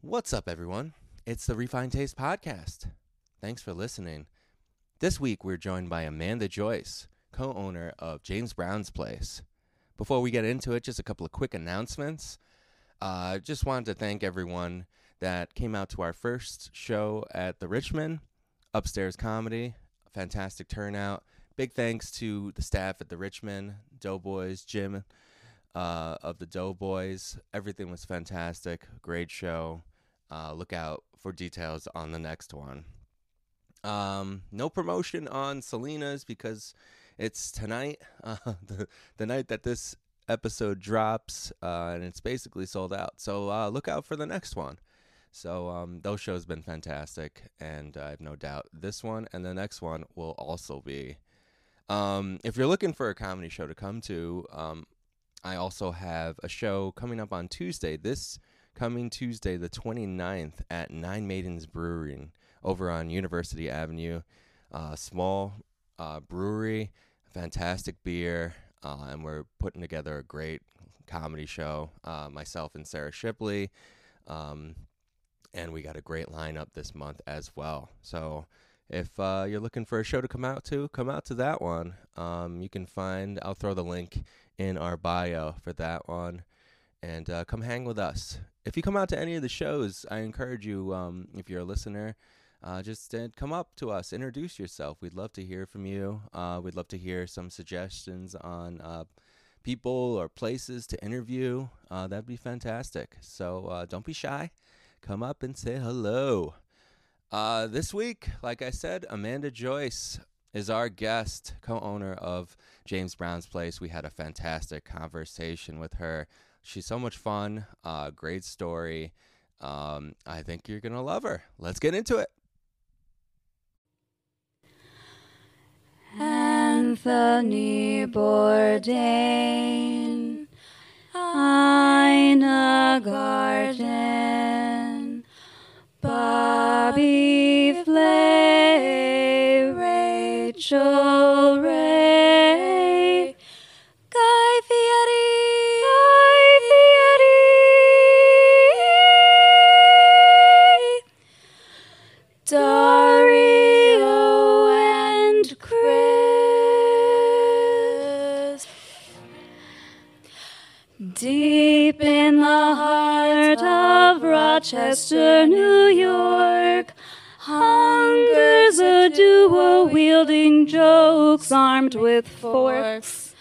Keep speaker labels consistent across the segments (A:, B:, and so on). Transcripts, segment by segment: A: What's up, everyone? It's the Refine Taste Podcast. Thanks for listening. This week, we're joined by Amanda Joyce, co owner of James Brown's Place. Before we get into it, just a couple of quick announcements. Uh, just wanted to thank everyone that came out to our first show at the Richmond Upstairs Comedy. Fantastic turnout. Big thanks to the staff at the Richmond, Doughboys, Jim uh, of the Doughboys. Everything was fantastic. Great show. Uh, look out for details on the next one. Um, no promotion on Selena's because it's tonight, uh, the, the night that this episode drops, uh, and it's basically sold out. So uh, look out for the next one. So um, those shows been fantastic, and I have no doubt this one and the next one will also be. Um, if you're looking for a comedy show to come to, um, I also have a show coming up on Tuesday. This coming Tuesday, the 29th, at Nine Maidens Brewing over on University Avenue. Uh, small uh, brewery, fantastic beer, uh, and we're putting together a great comedy show. Uh, myself and Sarah Shipley. Um, and we got a great lineup this month as well. So if uh, you're looking for a show to come out to, come out to that one. Um, you can find, I'll throw the link in our bio for that one. And uh, come hang with us. If you come out to any of the shows, I encourage you, um, if you're a listener, uh, just uh, come up to us, introduce yourself. We'd love to hear from you. Uh, we'd love to hear some suggestions on uh, people or places to interview. Uh, that'd be fantastic. So uh, don't be shy come up and say hello. Uh, this week, like I said, Amanda Joyce is our guest, co owner of James Brown's Place. We had a fantastic conversation with her. She's so much fun, uh, great story. Um, I think you're going to love her. Let's get into it.
B: Anthony Bourdain, Ina Garden, Bobby Flay, Rachel Ray, Guy Fieri, Guy Fieri. Dario and Chris. Deep in the heart of Rochester, New York, hungers a duo wielding jokes armed with forks.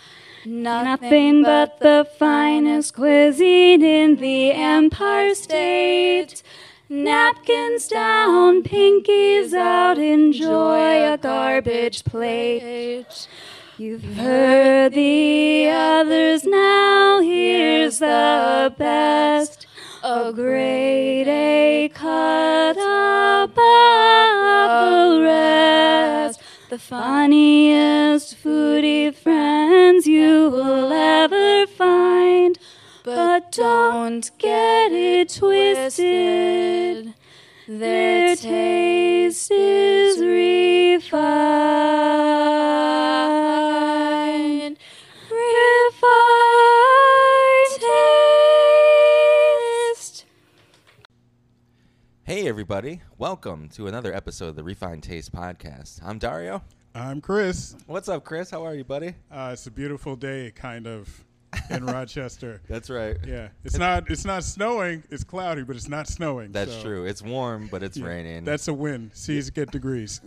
B: Nothing but the finest cuisine in the Empire State. Napkins down, pinkies out, enjoy a garbage plate. You've heard the others, now here's the best. A grade A cut above the rest. The funniest foodie friends you will ever find. But don't get it twisted. Their taste is refined. Refined taste.
A: Hey, everybody. Welcome to another episode of the Refined Taste Podcast. I'm Dario.
C: I'm Chris.
A: What's up, Chris? How are you, buddy?
C: Uh, it's a beautiful day, kind of, in Rochester.
A: That's right.
C: Yeah, it's not it's not snowing. It's cloudy, but it's not snowing.
A: That's
C: so-
A: true. It's warm, but it's
C: Yeah,
A: raining.
C: That's a win. Seas get degrees.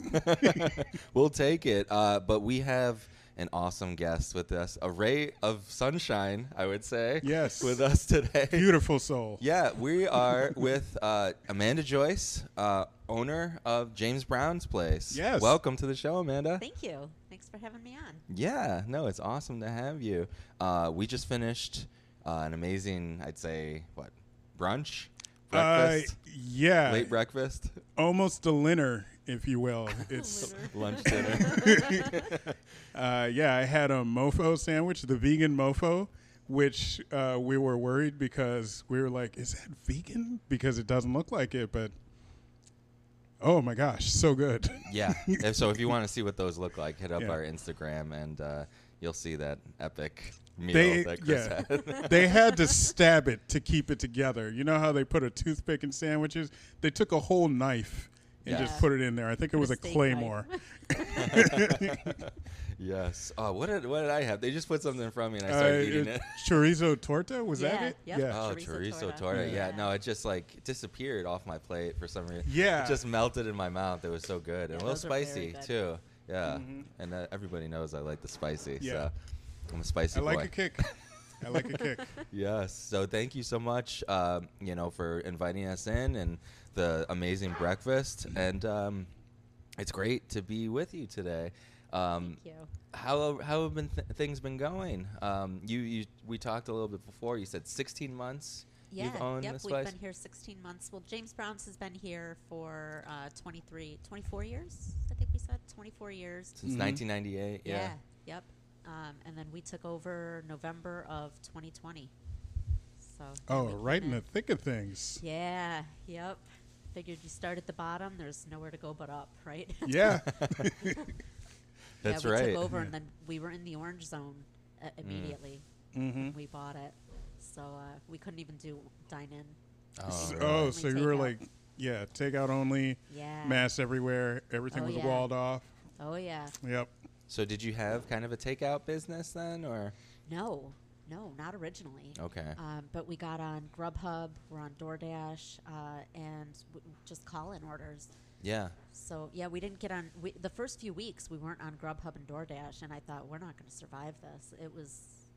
A: We'll take it. Uh, but we have an awesome guest with us, a ray of sunshine, I would say.
C: Yes.
A: With us today.
C: Beautiful soul.
A: Yeah, we are with uh, Amanda Joyce, uh, owner of James Brown's Place.
C: Yes.
A: Welcome to the show, Amanda.
D: Thank you. Thanks for having me on.
A: yeah, no, it's awesome to have you. Uh, we just finished uh, an amazing, I'd say, what, brunch?
C: Uh,
A: Breakfast?
C: yeah.
A: Late breakfast?
C: Almost a linner, if you will. It's
A: Lunch, dinner?
C: uh, yeah. I had a mofo sandwich, the vegan mofo, which uh, we were worried because we were like, is that vegan? Because it doesn't look like it, but oh my gosh, so good.
A: Yeah. If- so if you want to see what those look like, hit up
C: Yeah.
A: our Instagram and uh, You'll see that epic meal
C: They-
A: that Chris
C: yeah.
A: had.
C: they had to stab it to keep it together. You know how they put a toothpick in sandwiches? They took a whole knife and
A: Yeah.
C: just put it in there. I think it was a
D: steak knife.
C: claymore.
A: yes. Oh, what did what did I have? They just put something in front of me and I
C: Uh,
A: started eating
C: it-
A: it.
C: Chorizo torta was that
D: Yeah,
C: it?
D: yep.
C: Yeah.
A: Oh,
D: Chorizo
A: chorizo
D: torta.
A: torta. Yeah.
D: Yeah.
A: no, it just like disappeared off my plate for some reason.
C: Yeah.
A: it just melted in my mouth. It was so good and a
D: Yeah,
A: little
D: those are very
A: spicy
D: good.
A: too. Yeah, and uh, everybody knows I like the spicy.
C: Mm-hmm. Yeah.
A: so I'm a spicy
C: I like
A: boy.
C: a kick. I like a kick.
A: Yes. So thank you so much, uh, you know, for inviting us in and the amazing breakfast. And um, it's great to be with you today. Um,
D: Thank you.
A: how how have been th- things been going? Um, you you we talked a little bit before. You said 16 months.
D: Yeah,
A: You've owned
D: yep,
A: this
D: we've
A: place.
D: been here 16 months. Well, James Brown's has been here for uh, 23, 24 years, I think we said. 24 years.
A: since
C: Mhm.
A: 1998. Yeah.
D: Yep. Um, and then we took over November of 2020. So. yeah,
C: Oh,
D: we came
C: right in the thick of things.
D: Yeah. Yep. Figured you start at the bottom. There's nowhere to go but up, right?
C: Yeah.
A: That's
D: yeah, we
A: right.
D: took over, and
C: Yeah.
D: then
C: Mm.
D: we were in the orange zone uh, immediately
C: mm-hmm.
D: when we bought it. So uh, we couldn't even do dine in.
A: Oh,
C: So,
A: really?
C: oh,
D: Only
C: so you were
D: takeout.
C: like, yeah, takeout only,
D: Yeah.
C: masks everywhere, everything
D: Oh,
C: was
D: yeah.
C: walled off.
D: Oh yeah.
C: Yep.
A: So did you have kind of a takeout business then, or
D: No, no, not originally.
A: okay?
D: Um, but we got on Grubhub, we're on DoorDash, uh, and w- just call in orders.
A: yeah.
D: So yeah, we didn't get on. We, the first few weeks, we weren't on Grubhub and DoorDash, and I thought we're not going to survive this. It was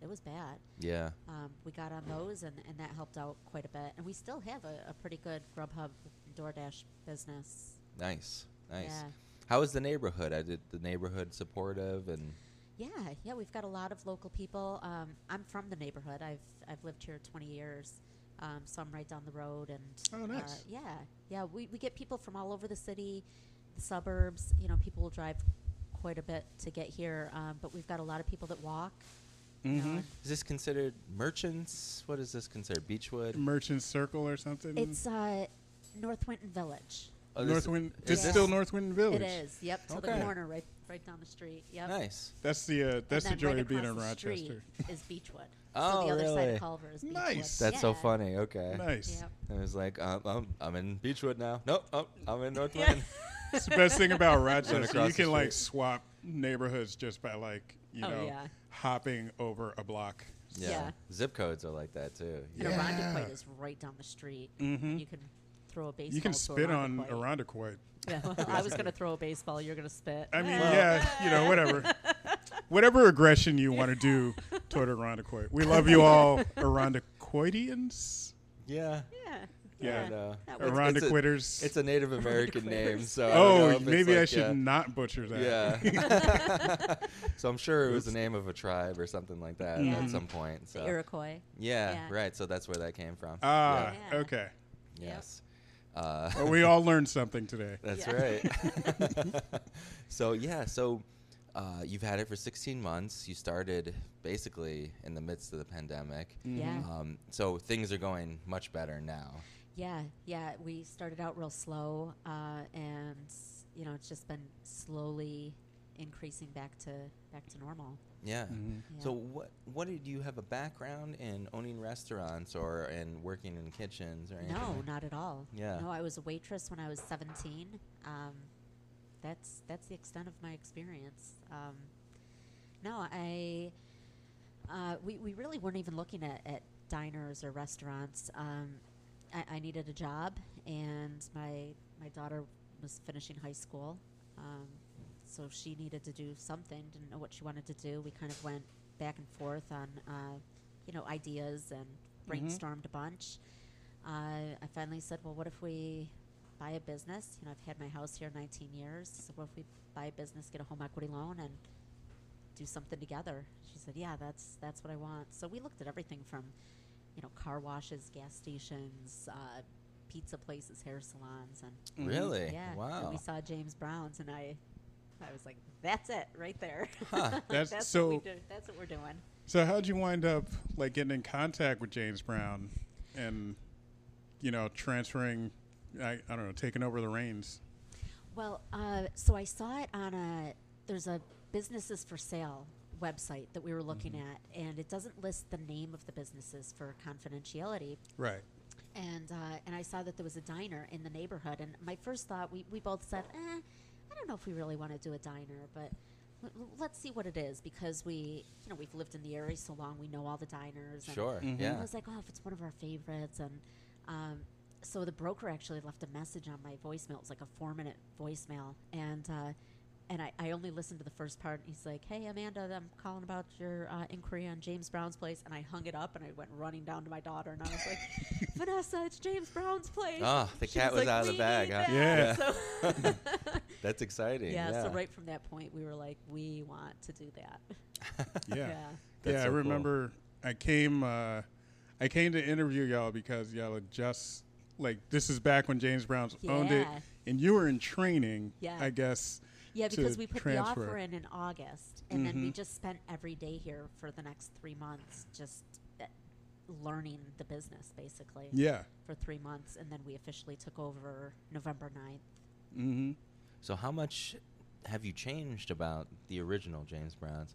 D: it was bad.
A: Yeah.
D: Um, we got on those, and, and that helped out quite a bit. And we still have a, a pretty good Grubhub, DoorDash business.
A: Nice. Nice.
D: Yeah.
A: How is the neighborhood? I did the neighborhood supportive and
D: Yeah, yeah, we've got a lot of local people. Um, I'm from the neighborhood. I've I've lived here 20 years, um, so I'm right down the road. And
C: Oh, nice.
D: Uh, yeah, yeah, we we get people from all over the city, the suburbs. You know, people will drive quite a bit to get here, um, but we've got a lot of people that walk. you know,
C: Mhm.
D: and
A: Is this considered merchants? What is this considered? Beechwood?
C: Merchant Circle or something.
D: It's uh, North Winton Village.
A: Oh, this-
C: North Wind.
A: is
C: It's
A: this-
C: still North Wind Village.
D: It is. Yep, to
A: Okay.
D: the corner, right right down the street. Yep.
A: Nice.
C: That's the uh, that's the
D: and
C: joy
D: then right
C: of being in
D: across the
C: Rochester.
D: street Is Beechwood.
A: Oh,
D: so the other side
A: really?
D: of Culver is Beechwood.
C: Nice.
A: That's so
D: Yeah.
A: funny. Okay.
C: Nice.
D: Yep.
A: And it's like, um, I'm, I'm in Beechwood now. Nope, oh, I'm in North
D: Yeah.
A: Wind.
C: It's the best thing about Rochester.
A: across
C: You
A: the
C: can like
A: street.
C: swap neighborhoods just by like you
D: Oh,
C: know
D: yeah.
C: hopping over a block.
A: Yeah.
D: Yeah.
A: Zip codes are like that too.
D: And
A: Yeah.
C: Yeah.
D: Arundicoit is right down the street. And you can throw a baseball.
C: Mm-hmm. You can
D: to
C: spit on
D: Arundicoit.
C: Irondequoit.
D: Yeah, well, I was going to throw a baseball. You're going to spit.
C: I mean, yeah, you know, whatever, whatever aggression you want to do toward Irondequoit. We love you all, Irondequoitians.
A: Yeah.
D: yeah.
C: Yeah.
A: And, uh,
D: That
A: it's-
C: Around
A: it's
C: the
A: a-
C: quitters.
A: It's a Native American name,
D: quitters.
A: so I don't know
C: oh,
A: if it's
C: maybe I
A: like,
C: should
A: uh,
C: not butcher that.
A: Yeah. so I'm sure it was the name of a tribe or something like that
D: Yeah.
A: at some point.
D: The
A: So.
D: Iroquois.
A: yeah,
D: yeah.
A: Right. So that's where that came from.
C: Ah,
D: Yeah.
C: okay.
A: Yeah.
D: Yep.
A: Yes. Uh,
C: Well, we all learned something today.
A: That's
D: Yeah.
A: right. so yeah, so uh, you've had it for 16 months. You started basically in the midst of the pandemic.
D: Yeah.
A: Um, so things are going much better now.
D: Yeah. Yeah. We started out real slow, uh, and you know, it's just been slowly increasing back to back to normal.
A: Yeah.
D: Mm-hmm. Yeah.
A: So what what did you have a background in owning restaurants or in working in kitchens or anything?
D: No,
A: like-
D: not at all.
A: Yeah.
D: No, I was a waitress when I was 17. Um, that's that's the extent of my experience. Um, no, I uh, we we really weren't even looking at, at diners or restaurants. Um, I, I needed a job, and my my daughter was finishing high school, um, so she needed to do something. Didn't know what she wanted to do. We kind of went back and forth on uh, you know ideas and brainstormed a bunch. Uh, I finally said, well, what if we buy a business? You know, I've had my house here 19 years. So what if we buy a business, get a home equity loan, and do something together? She said, yeah, that's that's what I want. So we looked at everything from, you know, car washes, gas stations, uh, pizza places, hair salons, and
A: Really?
D: Mm-hmm. yeah. And
A: Wow.
D: we saw James Brown's, and I, I was like, that's it right there.
C: That's-
D: that's
C: so-
D: what we do. That's what we're doing.
C: So how'd you wind up like getting in contact with James Brown and you know, transferring I, I don't know, taking over the reins.
D: Well, uh, so I saw it on a there's a businesses for sale website that we were looking
A: Mm-hmm.
D: at, and it doesn't list the name of the businesses for confidentiality.
C: Right.
D: And uh, and I saw that there was a diner in the neighborhood, and my first thought, we, we both said, eh, I don't know if we really want to do a diner, but l- l- let's see what it is because we you know we've lived in the area so long, we know all the diners. and-
A: Sure.
D: I
A: Yeah.
D: was like, oh, if it's one of our favorites. And um, so the broker actually left a message on my voicemail. It was like a four minute voicemail. And uh, and I, I only listened to the first part. And he's like, hey, Amanda, I'm calling about your uh, inquiry on James Brown's place. And I hung it up and I went running down to my daughter. And I was like, Vanessa, it's James Brown's place.
A: Ah, the
D: She
A: cat was
D: like,
A: out of the
D: "We
A: bag,
D: need
A: huh?
D: that." So
A: That's exciting.
D: yeah,
A: Yeah.
D: so right from that point, we were like, we want to do that. yeah.
C: Yeah.
A: That's
C: yeah,
A: so
C: I
A: cool.
C: remember I came uh, I came to interview y'all because y'all had just like this is back when James Brown's owned it
D: Yeah.
C: and you were in training,
D: Yeah.
C: I guess.
D: Yeah,
C: to
D: because we put
C: transfer.
D: the offer in in August, and then
A: Mm-hmm.
D: we just spent every day here for the next three months, just uh, learning the business basically
C: Yeah.
D: for three months, and then we officially took over November 9th.
C: Mm-hmm.
A: So how much have you changed about the original James Brown's?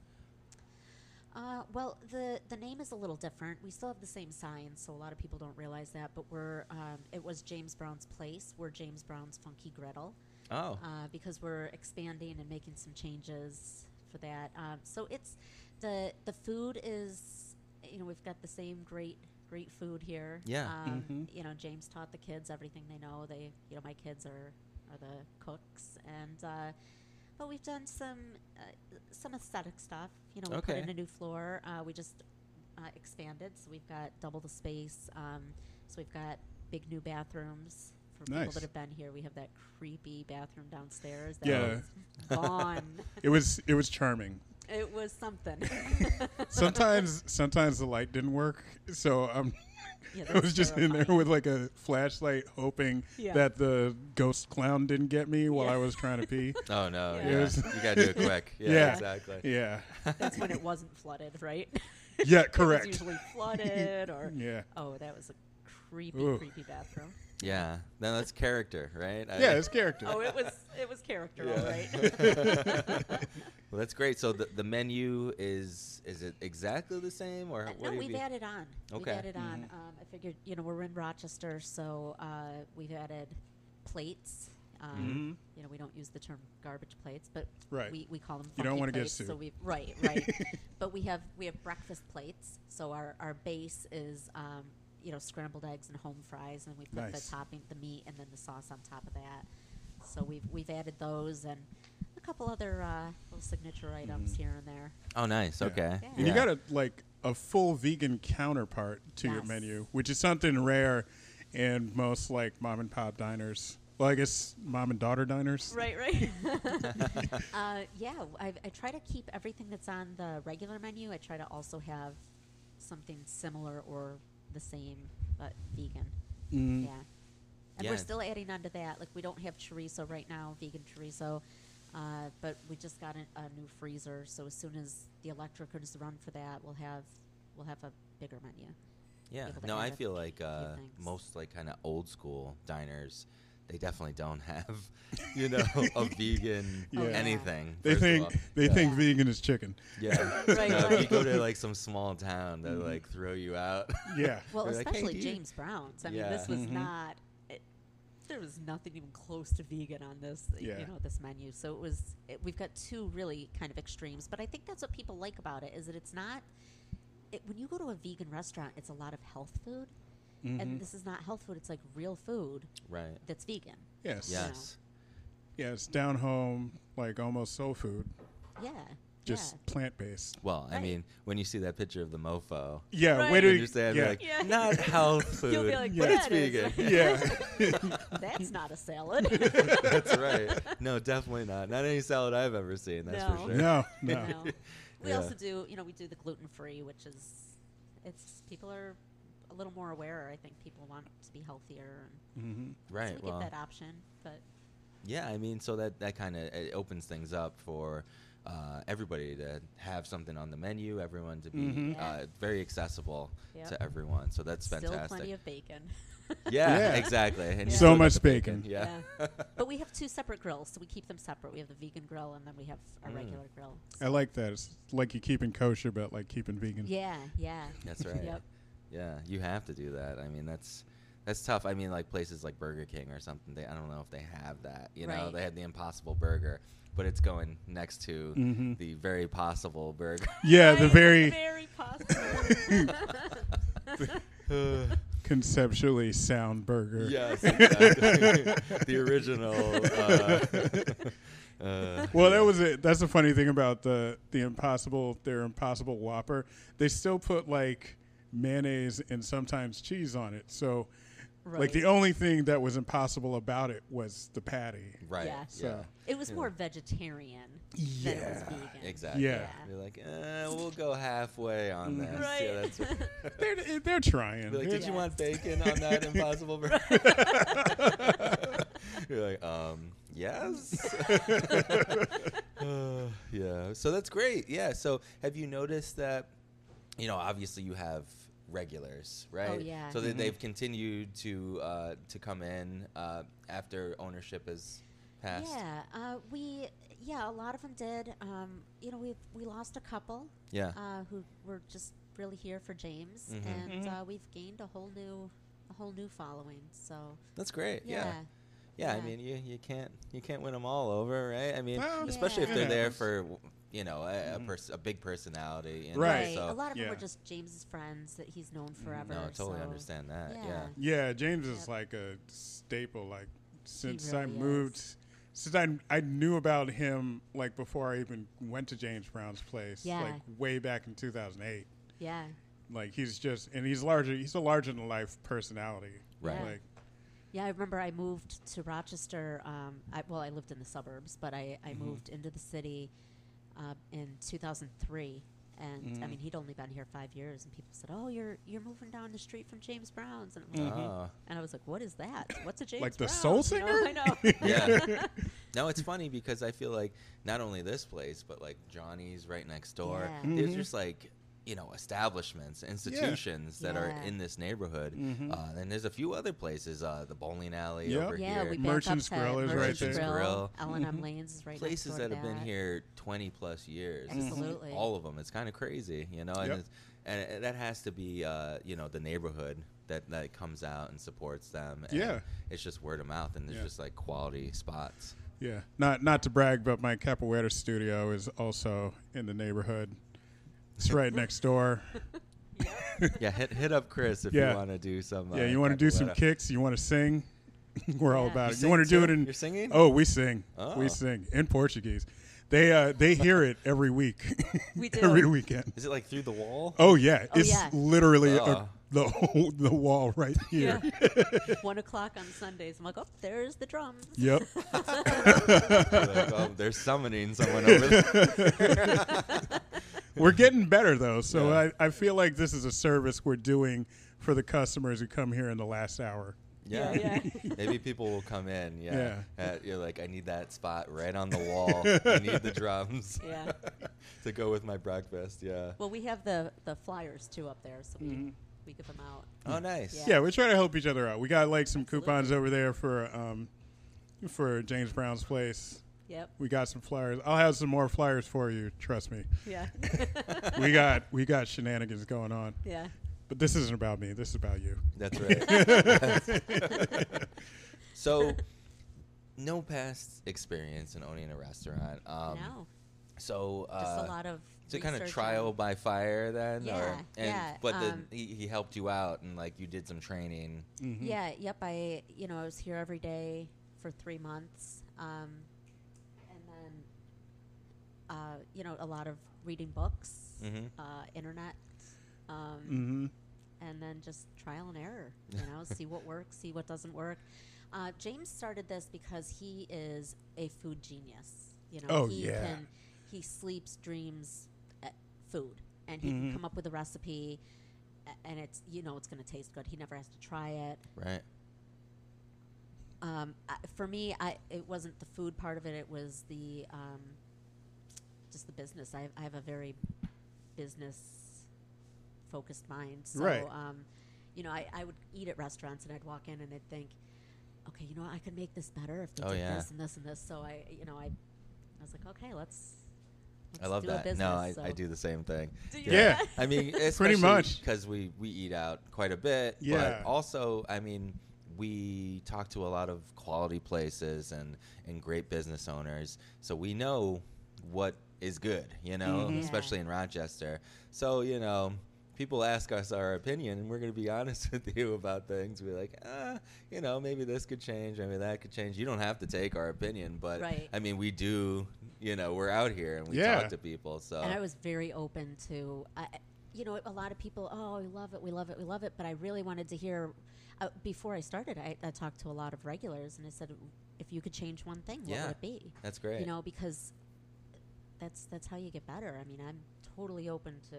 D: Uh, well, the the name is a little different. We still have the same sign, so a lot of people don't realize that. But we're um, it was James Brown's place. We're James Brown's Funky Griddle.
A: Oh,
D: uh, because we're expanding and making some changes for that. Um, so it's the the food is you know we've got the same great great food here.
A: Yeah.
D: Um, You know James taught the kids everything they know. They you know my kids are are the cooks and. Uh, but we've done some uh, some aesthetic stuff. You know, we
A: Okay.
D: put in a new floor. Uh, we just uh, expanded, so we've got double the space. Um, so we've got big new bathrooms for people
C: Nice.
D: that have been here. We have that creepy bathroom downstairs. That
C: Yeah.
D: was gone.
C: It was it was charming.
D: it was something.
C: Sometimes sometimes the light didn't work, so um,
D: Yeah,
C: I
D: that's
C: was just in there
D: terrifying.
C: with like a flashlight, hoping
D: Yeah.
C: that the ghost clown didn't get me while
D: Yeah.
C: I was trying to pee.
A: oh no,
D: Yeah.
A: yeah.
C: Yes.
A: you gotta do it quick. Yeah,
C: Yeah.
A: exactly.
C: yeah,
D: That's when it wasn't flooded, right?
C: yeah,
D: it
C: correct.
D: was usually flooded, or
C: Yeah,
D: oh, that was a creepy,
C: Ooh.
D: creepy bathroom.
A: Yeah, no, that's character, right? I-
C: yeah, it's character.
D: Oh, it was it was character, all right.
A: well, that's great. So the, the menu is is it exactly the same or
D: Uh,
A: what?
D: No,
A: have
D: we've
A: you-
D: added on. We've
A: Okay.
D: added on.
C: Mm.
D: Um, I figured, you know, we're in Rochester, so uh, we've added plates. Um, You know, we don't use the term garbage plates, but
C: Mm-hmm. Right.
D: we, we call them.
C: You don't
D: funky
C: wanna get
D: plates, So
C: sued.
D: we right, right. but we have we have breakfast plates. So our our base is. Um, you know, scrambled eggs and home fries, and we put
C: Nice.
D: the topping, the meat, and then the sauce on top of that. So we've we've added those and a couple other uh, little signature items
C: Mm-hmm.
D: here and there.
A: oh, nice.
C: Yeah.
A: Okay.
D: Yeah.
C: And you got a like a full vegan counterpart to your
D: Yes.
C: menu, which is something rare in most like mom and pop diners. Well, I guess mom and daughter diners.
D: Right, right. uh, yeah, I, I try to keep everything that's on the regular menu. I try to also have something similar or the same, but vegan.
C: Mm.
D: Yeah. And we're
A: Yeah.
D: still adding on to that. Like, we don't have chorizo right now, vegan chorizo, uh, but we just got a, a new freezer. So as soon as the electric is run for that, we'll have we'll have a bigger menu.
A: Yeah.
D: able to
A: No,
D: add
A: I
D: a
A: feel like uh,
D: things.
A: most like kind of old school diners, they definitely don't have, you know, a vegan
D: Oh,
C: Yeah.
A: anything.
C: They
A: first of
C: think
A: all.
C: they
A: Yeah.
C: think vegan is chicken.
A: Yeah.
D: Right, Mm-hmm.
A: No, if you
D: right.
A: go to like some small town, they'll like throw you out.
C: Yeah.
D: Well,
A: They're like, "Hey,
D: especially
A: do you-"
D: James Brown's. I mean, this
A: Yeah. Mm-hmm.
D: was not. It, there was nothing even close to vegan on this. y-
C: Yeah.
D: You know, this menu. So it was. It, we've got two really kind of extremes, but I think that's what people like about it is that it's not. It, when you go to a vegan restaurant, it's a lot of health food,
A: Mm-hmm.
D: and this is not health food. It's like real food
A: right.
D: that's vegan.
C: Yes.
D: Yeah.
A: Yes.
C: Yeah, it's down home, like almost soul food,
D: Yeah.
C: just
D: yeah.
C: plant based.
A: Well, I
D: Right.
A: mean, when you see that picture of the mofo,
C: Yeah,
D: Right.
C: way
A: you
C: to
A: understand
C: yeah,
A: like
D: Yeah.
A: not health food,
D: You'll be like,
A: but it's
D: "That is
A: vegan.
D: right."
C: yeah,
D: That's not a salad.
A: That's right. No, definitely not. Not any salad I've ever seen. That's for
D: No.
A: sure.
C: no, no,
D: No. We
A: Yeah.
D: also do, you know, we do the gluten free, which is, it's people are a little more aware. I think people want to be healthier, and so
C: Mm-hmm.
A: Right.
D: we
A: well,
D: give that option. But
A: yeah. I mean, so that that kind of it opens things up for. Uh, everybody to have something on the menu, everyone to be
C: Mhm.
D: Yeah.
A: uh, very accessible
D: Yep.
A: to everyone. So that's
D: still
A: fantastic.
D: plenty of bacon.
A: Yeah,
C: Yeah.
A: exactly. And you
C: So
A: still got
C: much
A: the bacon.
C: bacon.
A: Yeah.
D: but we have two separate grills, so we keep them separate. We have the vegan grill, and then we have our
A: Mm.
D: regular grill.
C: I like that. It's like you keeping kosher, but like keeping vegan.
D: Yeah, yeah.
A: That's right.
D: Yep.
A: Yeah, you have to do that. I mean, that's that's tough. I mean, like places like Burger King or something. They I don't know if they have that. You know,
D: Right.
A: they have the Impossible Burger, but it's going next to
C: Mhm.
A: the very possible burger.
C: Yeah, the
D: Right,
C: very
D: very possible.
C: conceptually sound burger.
A: yes, exactly. the original. Uh, uh,
C: Well, that was it. That's the funny thing about the the impossible their impossible Whopper. They still put like mayonnaise and sometimes cheese on it. So, like
D: Right.
C: the only thing that was impossible about it was the patty.
A: right.
D: Yeah.
A: Yeah.
C: So-
D: It was more vegetarian than it was
C: Yeah.
D: vegan.
A: Exactly.
C: Yeah.
A: You're like, eh, we'll go halfway on this. Yeah,
D: Mm-hmm. Right.
A: that's
C: They're they're
A: Be
C: trying.
A: like,
C: They're-
A: did you want bacon on that Impossible Burger? You're like, um, yes. Uh, yeah. So that's great. Yeah. So have you noticed that? You know, obviously you have regulars, right?
D: Oh, yeah.
A: So
C: Mm-hmm.
A: that they've continued to uh, to come in uh, after ownership has passed.
D: Yeah, uh, we yeah a lot of them did. Um, you know, we we lost a couple
A: Yeah.
D: uh, who were just really here for James,
A: Mhm.
D: and
C: Mm-hmm.
D: Uh, we've gained a whole new a whole new following. So
A: That's great.
D: yeah,
A: yeah. Yeah, I
D: Yeah.
A: mean, you, you can't you can't win them all over, right? I mean,
C: Well,
A: especially if
D: Yeah.
A: they're
D: it
A: there
C: happens.
A: for you know a, a, pers- a big personality, you know,
C: Right.
A: So
D: a lot of them were
C: Yeah.
D: just James's friends that he's known forever.
A: Mm-hmm. no, I totally
D: so-
A: understand that. Yeah,
D: yeah.
C: Yeah, James
D: Yep.
C: is like a staple. Like since I
D: really
C: moved,
D: is.
C: since I I knew about him like before I even went to James Brown's place.
D: Yeah.
C: Like way back in 2008.
D: Yeah,
C: Like he's just and he's larger. He's a larger than life personality.
A: Right.
D: Yeah.
C: Like
D: yeah. I remember I moved to Rochester. Um, I, well, I lived in the suburbs, but I I
C: Mm-hmm.
D: moved into the city uh, in 2003. And
C: Mm-hmm.
D: I mean, he'd only been here five years, and people said, "Oh, you're you're moving down the street from James Brown's," and I'm
C: Mm-hmm.
D: like,
A: Oh.
D: And I was like, "What is that? What's a James
C: Like the
D: Brown?"
C: soul
D: You know,
C: singer?
D: I know.
A: yeah. No, it's funny because I feel like not only this place, but like Johnny's right next door.
D: Yeah.
C: Mm-hmm.
A: There's just like you know establishments, institutions that
D: Yeah.
A: are in this neighborhood, uh, and there's a few other places, uh, the bowling alley
C: Mm-hmm. Yep.
A: over
D: yeah,
A: here.
D: we
C: Merchant's
D: back up to
C: Grill is right
D: Merchant's
A: there.
D: Grill.
A: Grill. Mm-hmm.
D: L and M Lanes is right.
A: places
D: next door
A: that
D: to
A: have been here 20 plus years It's
D: Absolutely.
A: all of them it's kind of crazy you know and,
C: Yep.
A: it's, and it- that has to be uh, you know the neighborhood that, that comes out and supports them and
C: Yeah.
A: it's just word of mouth and there's
C: Yeah.
A: just like quality spots
C: yeah. Not not to brag, but my capoeira studio is also in the neighborhood. It's right next door.
A: yeah hit, hit up chris if
C: Yeah.
A: you want to do some
C: Yeah,
A: uh,
C: you want to do some
A: capoeira.
C: kicks? You want to sing? We're all
D: Yeah.
C: about
A: You
C: it. You
A: sing
C: want to do it
A: too?
C: in?
A: You're singing?
C: Oh, we sing.
A: Oh.
C: We sing in Portuguese. They uh, they hear it every week.
D: We do.
C: every weekend.
A: is it like through the wall
C: Oh yeah,
D: Oh,
C: it's
D: yeah.
C: literally a-
A: Oh.
C: the whole, the wall right here.
D: Yeah. One o'clock on Sundays. I'm like, "Oh, there's the drums."
C: Yep.
A: Like, oh, they're summoning someone over there
C: We're getting better though, so
A: Yeah.
C: I, I feel like this is a service we're doing for the customers who come here in the last hour.
A: yeah,
D: yeah.
A: maybe people will come in yeah, Uh, you're like i need that spot right on the wall i need the drums
D: Yeah.
A: to go with my breakfast yeah
D: Well, we have the the flyers too up there, so we we give them out.
A: oh nice
D: Yeah.
C: Yeah, we try to help each other out. We got like some coupons over there for um, for James Brown's place.
D: Yep.
C: We got some flyers. I'll have some more flyers for you. Trust me.
D: Yeah.
C: We got we got shenanigans going on.
D: yeah.
C: But this isn't about me. This is about you.
A: That's right. so, no past experience in owning a restaurant. Um,
D: no,
A: So, uh,
D: just a lot of.
A: so kind of
D: research
A: trial
D: and-
A: by fire then, or
D: Yeah,
A: and
D: yeah,
A: but
D: um,
A: the, he, he helped you out and like you did some training.
C: Mm-hmm.
D: Yeah. Yep. I you know I was here every day for three months, um, and then uh, you know a lot of reading books,
A: Mhm.
D: uh, internet, um,
C: Mm-hmm.
D: and then just trial and error. You know, see what works, see what doesn't work. Uh, James started this because he is a food genius. You know,
C: Oh,
D: he
C: yeah.
D: can he sleeps, dreams, at food, and he
C: Mm-hmm.
D: can come up with a recipe, a- and it's you know it's going to taste good. He never has to try it.
A: Right.
D: Um, I, for me, I it wasn't the food part of it. It was the um, just the business. I, I have a very business focused mind. So,
C: Right.
D: um, you know, I, I would eat at restaurants, and I'd walk in and I'd think, okay, you know, what, I could make this better if they
A: Oh,
D: did
A: yeah.
D: this and this and this. So I, you know, I, I was like, okay, let's.
A: I
D: let's
A: love
D: do a
A: that.
D: Business,
A: no, I,
D: so.
A: I do the same thing.
D: Do you
C: Yeah.
D: really?
A: I mean,
C: Pretty much.
A: because we we eat out quite a bit.
C: Yeah.
A: But also, I mean, we talk to a lot of quality places and and great business owners, so we know what is good. You know,
C: Mm-hmm.
D: Mhm. Yeah.
A: especially in Rochester. So you know. People ask us our opinion, and we're going to be honest with you about things. We're like, ah, you know, maybe this could change, maybe that could change. You don't have to take our opinion, but
D: Right.
A: I mean, we do. You know, we're out here and we
C: Yeah.
A: talk to people. So
D: And I was very open to, I I- you know, a lot of people, oh, we love it, we love it, we love it. But I really wanted to hear, uh, before I started, I, I talked to a lot of regulars and I said, if you could change one thing, what
A: Yeah.
D: would it be?
A: that's great.
D: You know, because that's that's how you get better. I mean, I'm totally open to,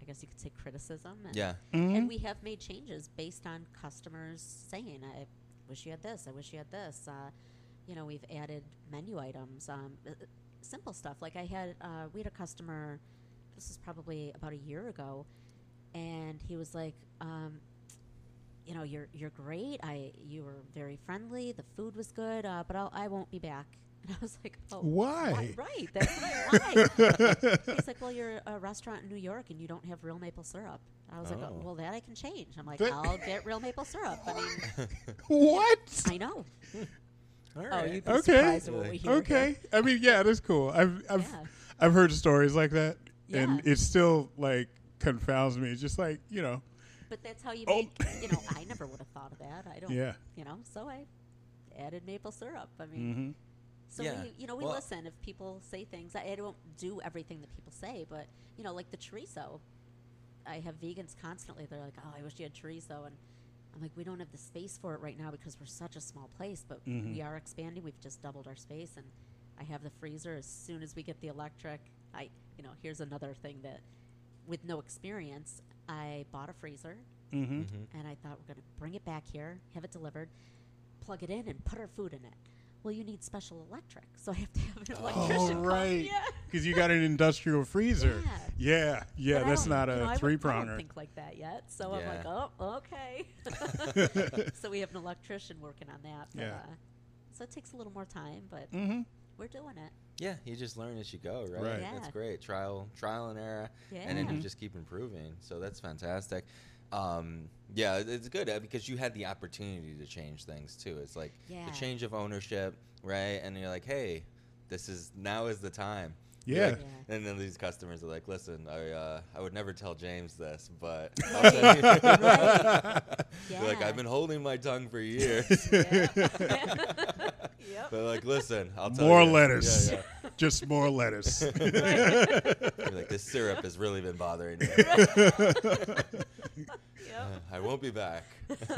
D: I guess you could say criticism. And,
A: yeah.
D: And
C: Mhm.
D: we have made changes based on customers saying, I wish you had this, I wish you had this. Uh, you know, we've added menu items, um, uh, uh, simple stuff. Like I had, uh, we had a customer, this is probably about a year ago, and he was like, um, you know, you're you're great. I you were very friendly. The food was good, uh, but I'll, I won't be back. And I was like, oh,
C: Why?
D: why? Right, that's what I want. He's like, well, you're a restaurant in New York and you don't have real maple syrup. I was like,
A: Oh.
D: oh, well, that I can change. I'm like,
C: That-
D: I'll get real maple syrup. I mean,
C: what?
D: I know.
A: All
D: Oh, you'd be
C: Okay.
D: surprised at what we hear. here.
C: Okay. I mean, yeah, that's cool. I've I've
D: Yeah.
C: I've heard stories like that, and
D: Yeah.
C: it still like confounds me. It's just like you know,
D: But that's how you
C: Oh.
D: make, you know, I never would have thought of that. I don't,
C: Yeah.
D: you know, so I added maple syrup. I mean,
C: mm-hmm.
D: so
A: Yeah.
D: we, you know, we
A: Well-
D: listen if people say things. I, I don't do everything that people say, but, you know, like the chorizo. I have vegans constantly. They're like, oh, I wish you had chorizo. And I'm like, we don't have the space for it right now because we're such a small place, but we
A: Mm-hmm.
D: are expanding. We've just doubled our space. And I have the freezer as soon as we get the electric. I, you know, here's another thing that with no experience, I bought a freezer
C: Mm-hmm.
D: and I thought we're going to bring it back here, have it delivered, plug it in, and put our food in it. Well, you need special electric, so I have to have an
C: Oh
D: electrician. come.
C: right,
D: Yeah.
C: because you got an industrial freezer.
D: Yeah.
C: Yeah, yeah,
D: But I
C: that's
D: don't-
C: not
D: you know, I
C: a
D: don't-
C: three
D: I don't
C: pronger.
D: think like that yet. So I'm
A: Yeah.
D: like, oh, okay. so we have an electrician working on that. But,
C: Yeah.
D: Uh, so it takes a little more time, but
C: Mm-hmm.
D: we're doing it.
A: Yeah, you just learn as you go, right?
C: Right.
A: That's
D: Yeah.
A: great. Trial, trial and error, and then you just keep improving. So that's fantastic. Um, yeah, it- it's good uh, because you had the opportunity to change things too. It's like
D: Yeah.
A: the change of ownership, right? And you're like, hey, this is now is the time. You're
C: Yeah.
A: like-
D: Yeah.
A: And then these customers are like, listen, I uh, I would never tell James this, but I'll tell you." They're like
D: Yeah.
A: I've been holding my tongue for years.
D: yep.
A: They're like, listen, I'll tell
C: More
A: you." Yeah,
C: lettuce,
A: yeah.
C: just more lettuce.
A: You're like, this syrup has really been bothering me.
D: Yep.
A: I won't be back.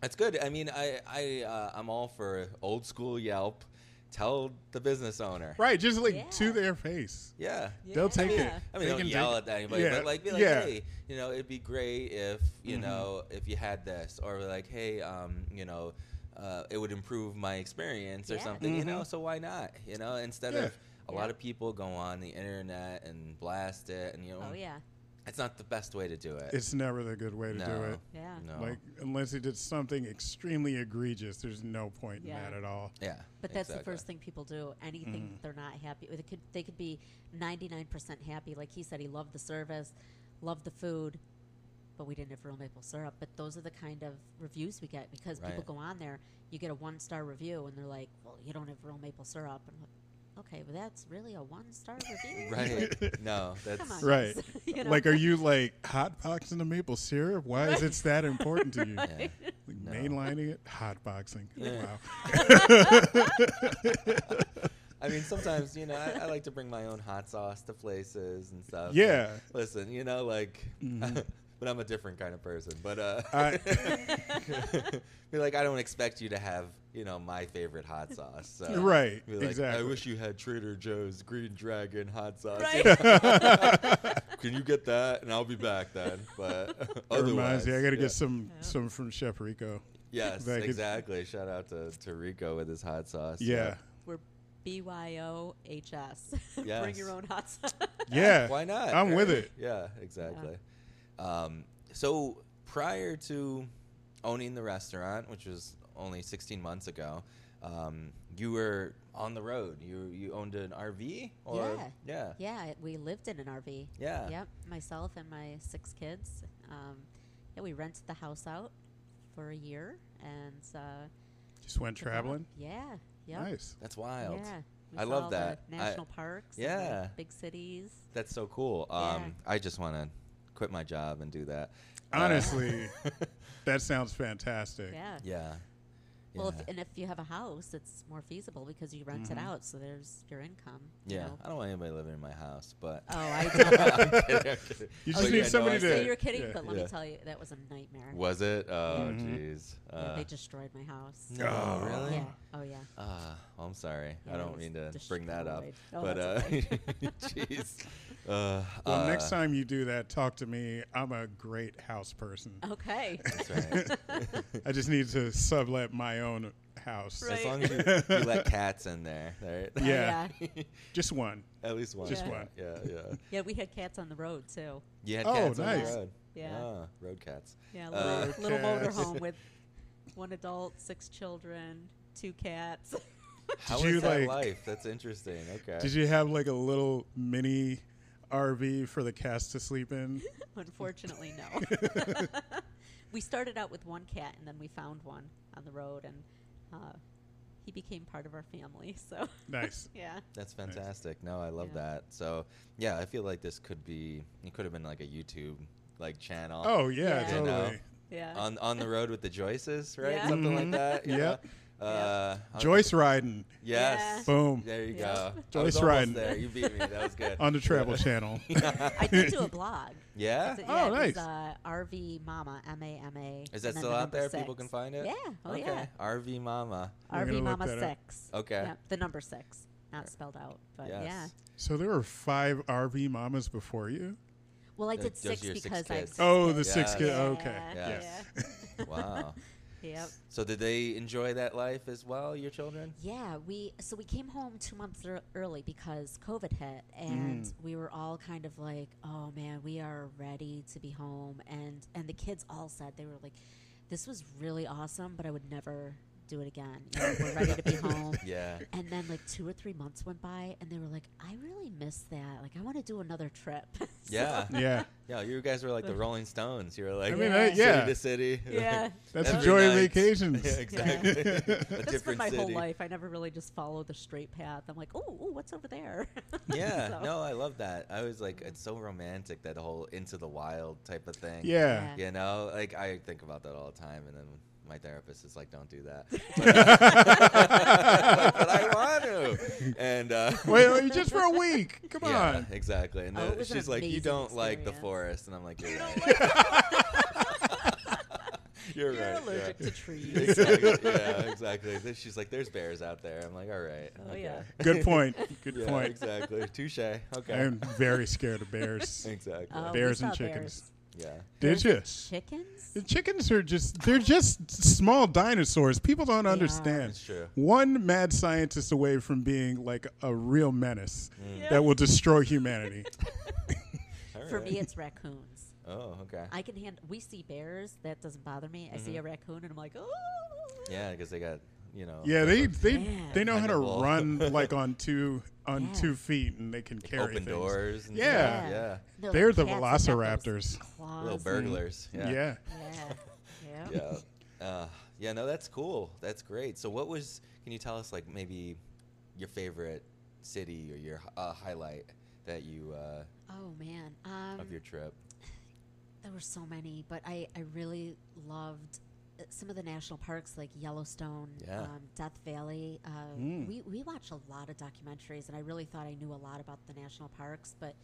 A: That's good. I mean, I, I, uh, I'm all for old school Yelp. Tell the business owner.
C: right, just like
D: Yeah.
C: to their face.
A: Yeah.
C: They'll take it.
D: Yeah.
A: I mean,
C: They
A: don't
C: can
A: yell
C: take-
A: at anybody,
C: Yeah,
A: but like, be like,
C: yeah. Mm-hmm.
A: hey, you know, it'd be great if you know if you had this, or like, hey, um, you know, uh, it would improve my experience or
D: Yeah.
A: something, you know. So why not, you know, instead
C: Mm-hmm. Yeah.
A: of a lot
D: Yeah.
A: of people go on the internet and blast it, and you know,
D: Oh yeah.
A: it's not the best way to do it.
C: It's never the good way to
A: no,
C: do it.
D: Yeah.
A: no,
C: Like unless it did something extremely egregious, there's no point
D: Yeah.
C: in that at all.
A: yeah,
D: But that's
A: exactly. Mm-hmm.
D: the first thing people do. Anything they're not happy with, it could they could be ninety nine percent happy. Like he said, he loved the service, loved the food, but we didn't have real maple syrup. But those are the kind of reviews we get because people
A: Right.
D: go on there. You get a one star review, and they're like, "Well, you don't have real maple syrup." And I'm like, okay, well, that's really a one star review. Like,
A: Right. no, that's
D: come on,
C: Right.
D: guys. you know?
C: Like, are you like hot boxing the maple syrup? Why is it that important to you?
A: yeah.
C: Like,
A: No.
C: Mainlining it, hot boxing.
A: Yeah.
C: Wow.
A: I mean, sometimes you know, I, I like to bring my own hot sauce to places and stuff.
C: Yeah.
A: Listen, you know, like,
C: Mm-hmm.
A: but I'm a different kind of person. But uh,
C: I-
A: be like, I don't expect you to have, you know, my favorite hot sauce. So
C: Right,
A: be like, I
C: exactly.
A: wish you had Trader Joe's Green Dragon hot sauce.
D: Right.
A: Can you get that? And I'll be back then. But
C: It
A: otherwise,
C: reminds me, I got to
A: yeah.
C: get some some from Chef Rico.
A: Yes,
C: back in-
A: exactly. Shout out to, to Rico with his hot sauce.
C: Yeah.
D: We're B Y O H S. Bring
A: Yes.
D: your own hot sauce.
C: Yeah.
A: Why not?
C: I'm with
A: right?
C: it.
A: Yeah, exactly. Um, so prior to owning the restaurant, which was only 16 months ago, um, you were on the road. You you owned an RV, or yeah,
D: Yeah, it- we lived in an RV.
A: Yeah.
D: Yep. Myself and my six kids. Um, yeah, we rented the house out for a year and uh,
C: Just went
D: took off.
C: traveling.
D: Yeah. Yep.
C: Nice.
A: That's wild.
D: Yeah. We
A: I
D: saw
A: love
D: all the
A: that. I-
D: national parks. and the
A: Yeah.
D: big cities.
A: That's so cool. Um,
D: Yeah.
A: I just want to quit my job and do that. Uh,
C: Honestly, that sounds fantastic.
D: Yeah.
A: yeah.
D: Well,
A: Yeah. Mm-hmm.
D: if, and if you have a house, it's more feasible because you rent it out, so there's your income. you
A: yeah.
D: know.
A: I don't want anybody living in my house, but
D: Oh, I
A: I'm kidding, I'm kidding. Oh,
C: You
A: But
C: just
A: yeah,
C: need
A: no,
C: somebody
A: I
D: know. so
C: to.
A: said-
D: you're kidding,
C: yeah.
D: but let
A: Yeah.
D: me tell you, that was a nightmare.
A: Was it? Oh,
C: Mhm.
A: jeez.
D: Mm-hmm. Yeah,
A: Uh,
D: they destroyed my house.
A: no,
C: Oh.
A: really?
D: Yeah. Oh yeah.
A: Ah, well, I'm sorry.
D: Yeah,
A: I
D: it
A: don't
D: was
A: mean to bring that up,
D: destroyed. Oh,
A: but uh,
D: that's okay.
A: jeez. Uh,
C: Well,
A: uh,
C: next time you do that, talk to me. I'm a great house person.
D: Okay.
A: That's right.
C: I just need to sublet my own house.
D: Right.
A: As long as you, you let cats in there, right?
D: Oh,
C: Yeah.
D: yeah.
C: Just one.
A: At least one.
C: Just
A: yeah.
C: one.
A: Yeah, yeah.
D: Yeah, we had cats on the road too.
A: You had
C: Oh,
A: cats on
C: nice.
A: the road.
D: Yeah.
A: Ah, road cats.
D: Yeah,
A: Uh,
D: little, little
C: Cats.
D: motorhome with one adult, six children, two cats.
A: How is
C: you,
A: that
C: like-
A: life? That's interesting. Okay.
C: Did you have like a little mini RV for the cast to sleep in?
D: Unfortunately, no. we started out with one cat, and then we found one on the road, and uh, he became part of our family. So
C: Nice.
D: yeah,
A: That's
C: Nice.
A: fantastic. No, I love
D: Yeah.
A: that. So, yeah, I feel like this could be. It could have been like a YouTube like channel.
C: Oh yeah,
D: Yeah. You
C: totally.
A: know.
D: yeah.
A: On on the road with the Joyces, right?
D: Yeah.
A: Something
C: Mhm.
A: like that. you
C: Yep.
A: know? Uh, I-
C: Joyce riding.
A: Yes.
C: Boom.
A: There you go.
D: Yeah.
A: I
C: Joyce
A: was almost
C: Ryan.
A: There, you beat me. That was good.
C: On the Travel Channel.
D: I did do a blog.
A: yeah.
D: So,
C: Oh,
D: it was,
C: nice.
D: uh, RV Mama M A M A.
A: Is that still out there? People can find it.
D: Yeah. Oh
A: okay.
D: yeah.
A: RV Mama.
C: We're gonna
D: RV
C: look
D: Mama
C: that up.
D: Six.
A: Okay.
D: Yeah, the number six, not spelled out, but
A: Yes.
D: yeah.
C: So there were five RV mamas before you.
D: Well, I
A: Th-
D: did
A: those
D: six
A: are your six
D: because I.
A: kids.
C: Oh, the six
A: Yes.
C: kids. Okay.
A: Yeah.
C: Yes.
A: Wow.
D: Yep.
A: so did they enjoy that life as well, your children?
D: Yeah, we so we came home two months ear- early because COVID hit, and
C: Mm.
D: we were all kind of like, "Oh man, we are ready to be home." And and the kids all said they were like, "This was really awesome, but I would never do it again. You know, we're ready to be home."
A: Yeah.
D: And then like two or three months went by, and they were like, "I really miss that. Like, I want to do another trip." So-
A: Yeah.
C: Yeah.
A: Yeah. You guys were like the Rolling Stones. You were like
C: I mean,
D: Yeah.
C: I, yeah.
A: city to city.
D: Yeah.
C: That's the
A: Every
C: joy of
A: night.
C: vacations.
A: Yeah, exactly. A
D: That's been
A: different
D: my whole
A: city.
D: life. I never really just follow the straight path. I'm like, oh, ooh, what's over there?
A: Yeah,
D: So-
A: no, I love that. I was like, it's so romantic that whole into the wild type of thing.
C: Yeah.
A: You know, like I think about that all the time, and then my therapist is like, "Don't do that." but I want to. And uh,
C: Wait, wait, just for a week. Come
A: yeah,
C: on.
A: exactly. And
D: Oh,
A: then
D: it was an
A: she's like, "You
D: amazing
A: don't like the
D: experience.
A: forest," and I'm like, "You're right. you're,
D: You're
A: right.
D: allergic
A: yeah.
D: to trees.
A: exactly. Yeah, exactly. Then she's like, "There's bears out there." I'm like, "All right."
D: Oh,
A: okay."
D: yeah.
C: Good point. Good
A: Yeah,
C: point.
A: Exactly. Touche. Okay.
C: I'm very scared of bears.
A: exactly.
D: Oh, we
C: Bears
D: saw
C: and chickens.
A: yeah.
C: Did you?
D: Chickens?
C: The chickens are just, they're just small dinosaurs. People don't understand.
A: That's true.
C: One mad scientist away from being like a real menace
D: Yeah.
C: that will destroy humanity.
A: Mm. All
D: For
A: right.
D: me, it's raccoons.
A: Oh, okay.
D: I can hand. We see bears. That doesn't bother me. I see a raccoon and I'm like, oh.
A: Mm-hmm. Yeah, because they got you know.
C: yeah, they they,
D: Yeah.
C: they know how to
A: Dependable.
C: run like on two on
D: Yeah.
C: two feet and they can
A: like,
C: carry
A: open
C: things.
A: doors. And
C: Yeah.
A: stuff, yeah.
C: They're the
D: cats that have those
C: velociraptors.
D: claws
A: Little
D: and-
A: burglars. Yeah.
C: yeah.
D: Yeah. Yeah.
A: Yeah. Uh, yeah. No, that's cool. That's great. So, what was? Can you tell us like maybe your favorite city or your uh, highlight that you uh,
D: Oh man. Um,
A: of your trip?
D: There were so many, but I, I really loved uh, some of the national parks like Yellowstone,
A: Yeah. Hmm.
D: um, Death Valley. Uh, we, we watch a lot of documentaries, and I really thought I knew a lot about the national parks, but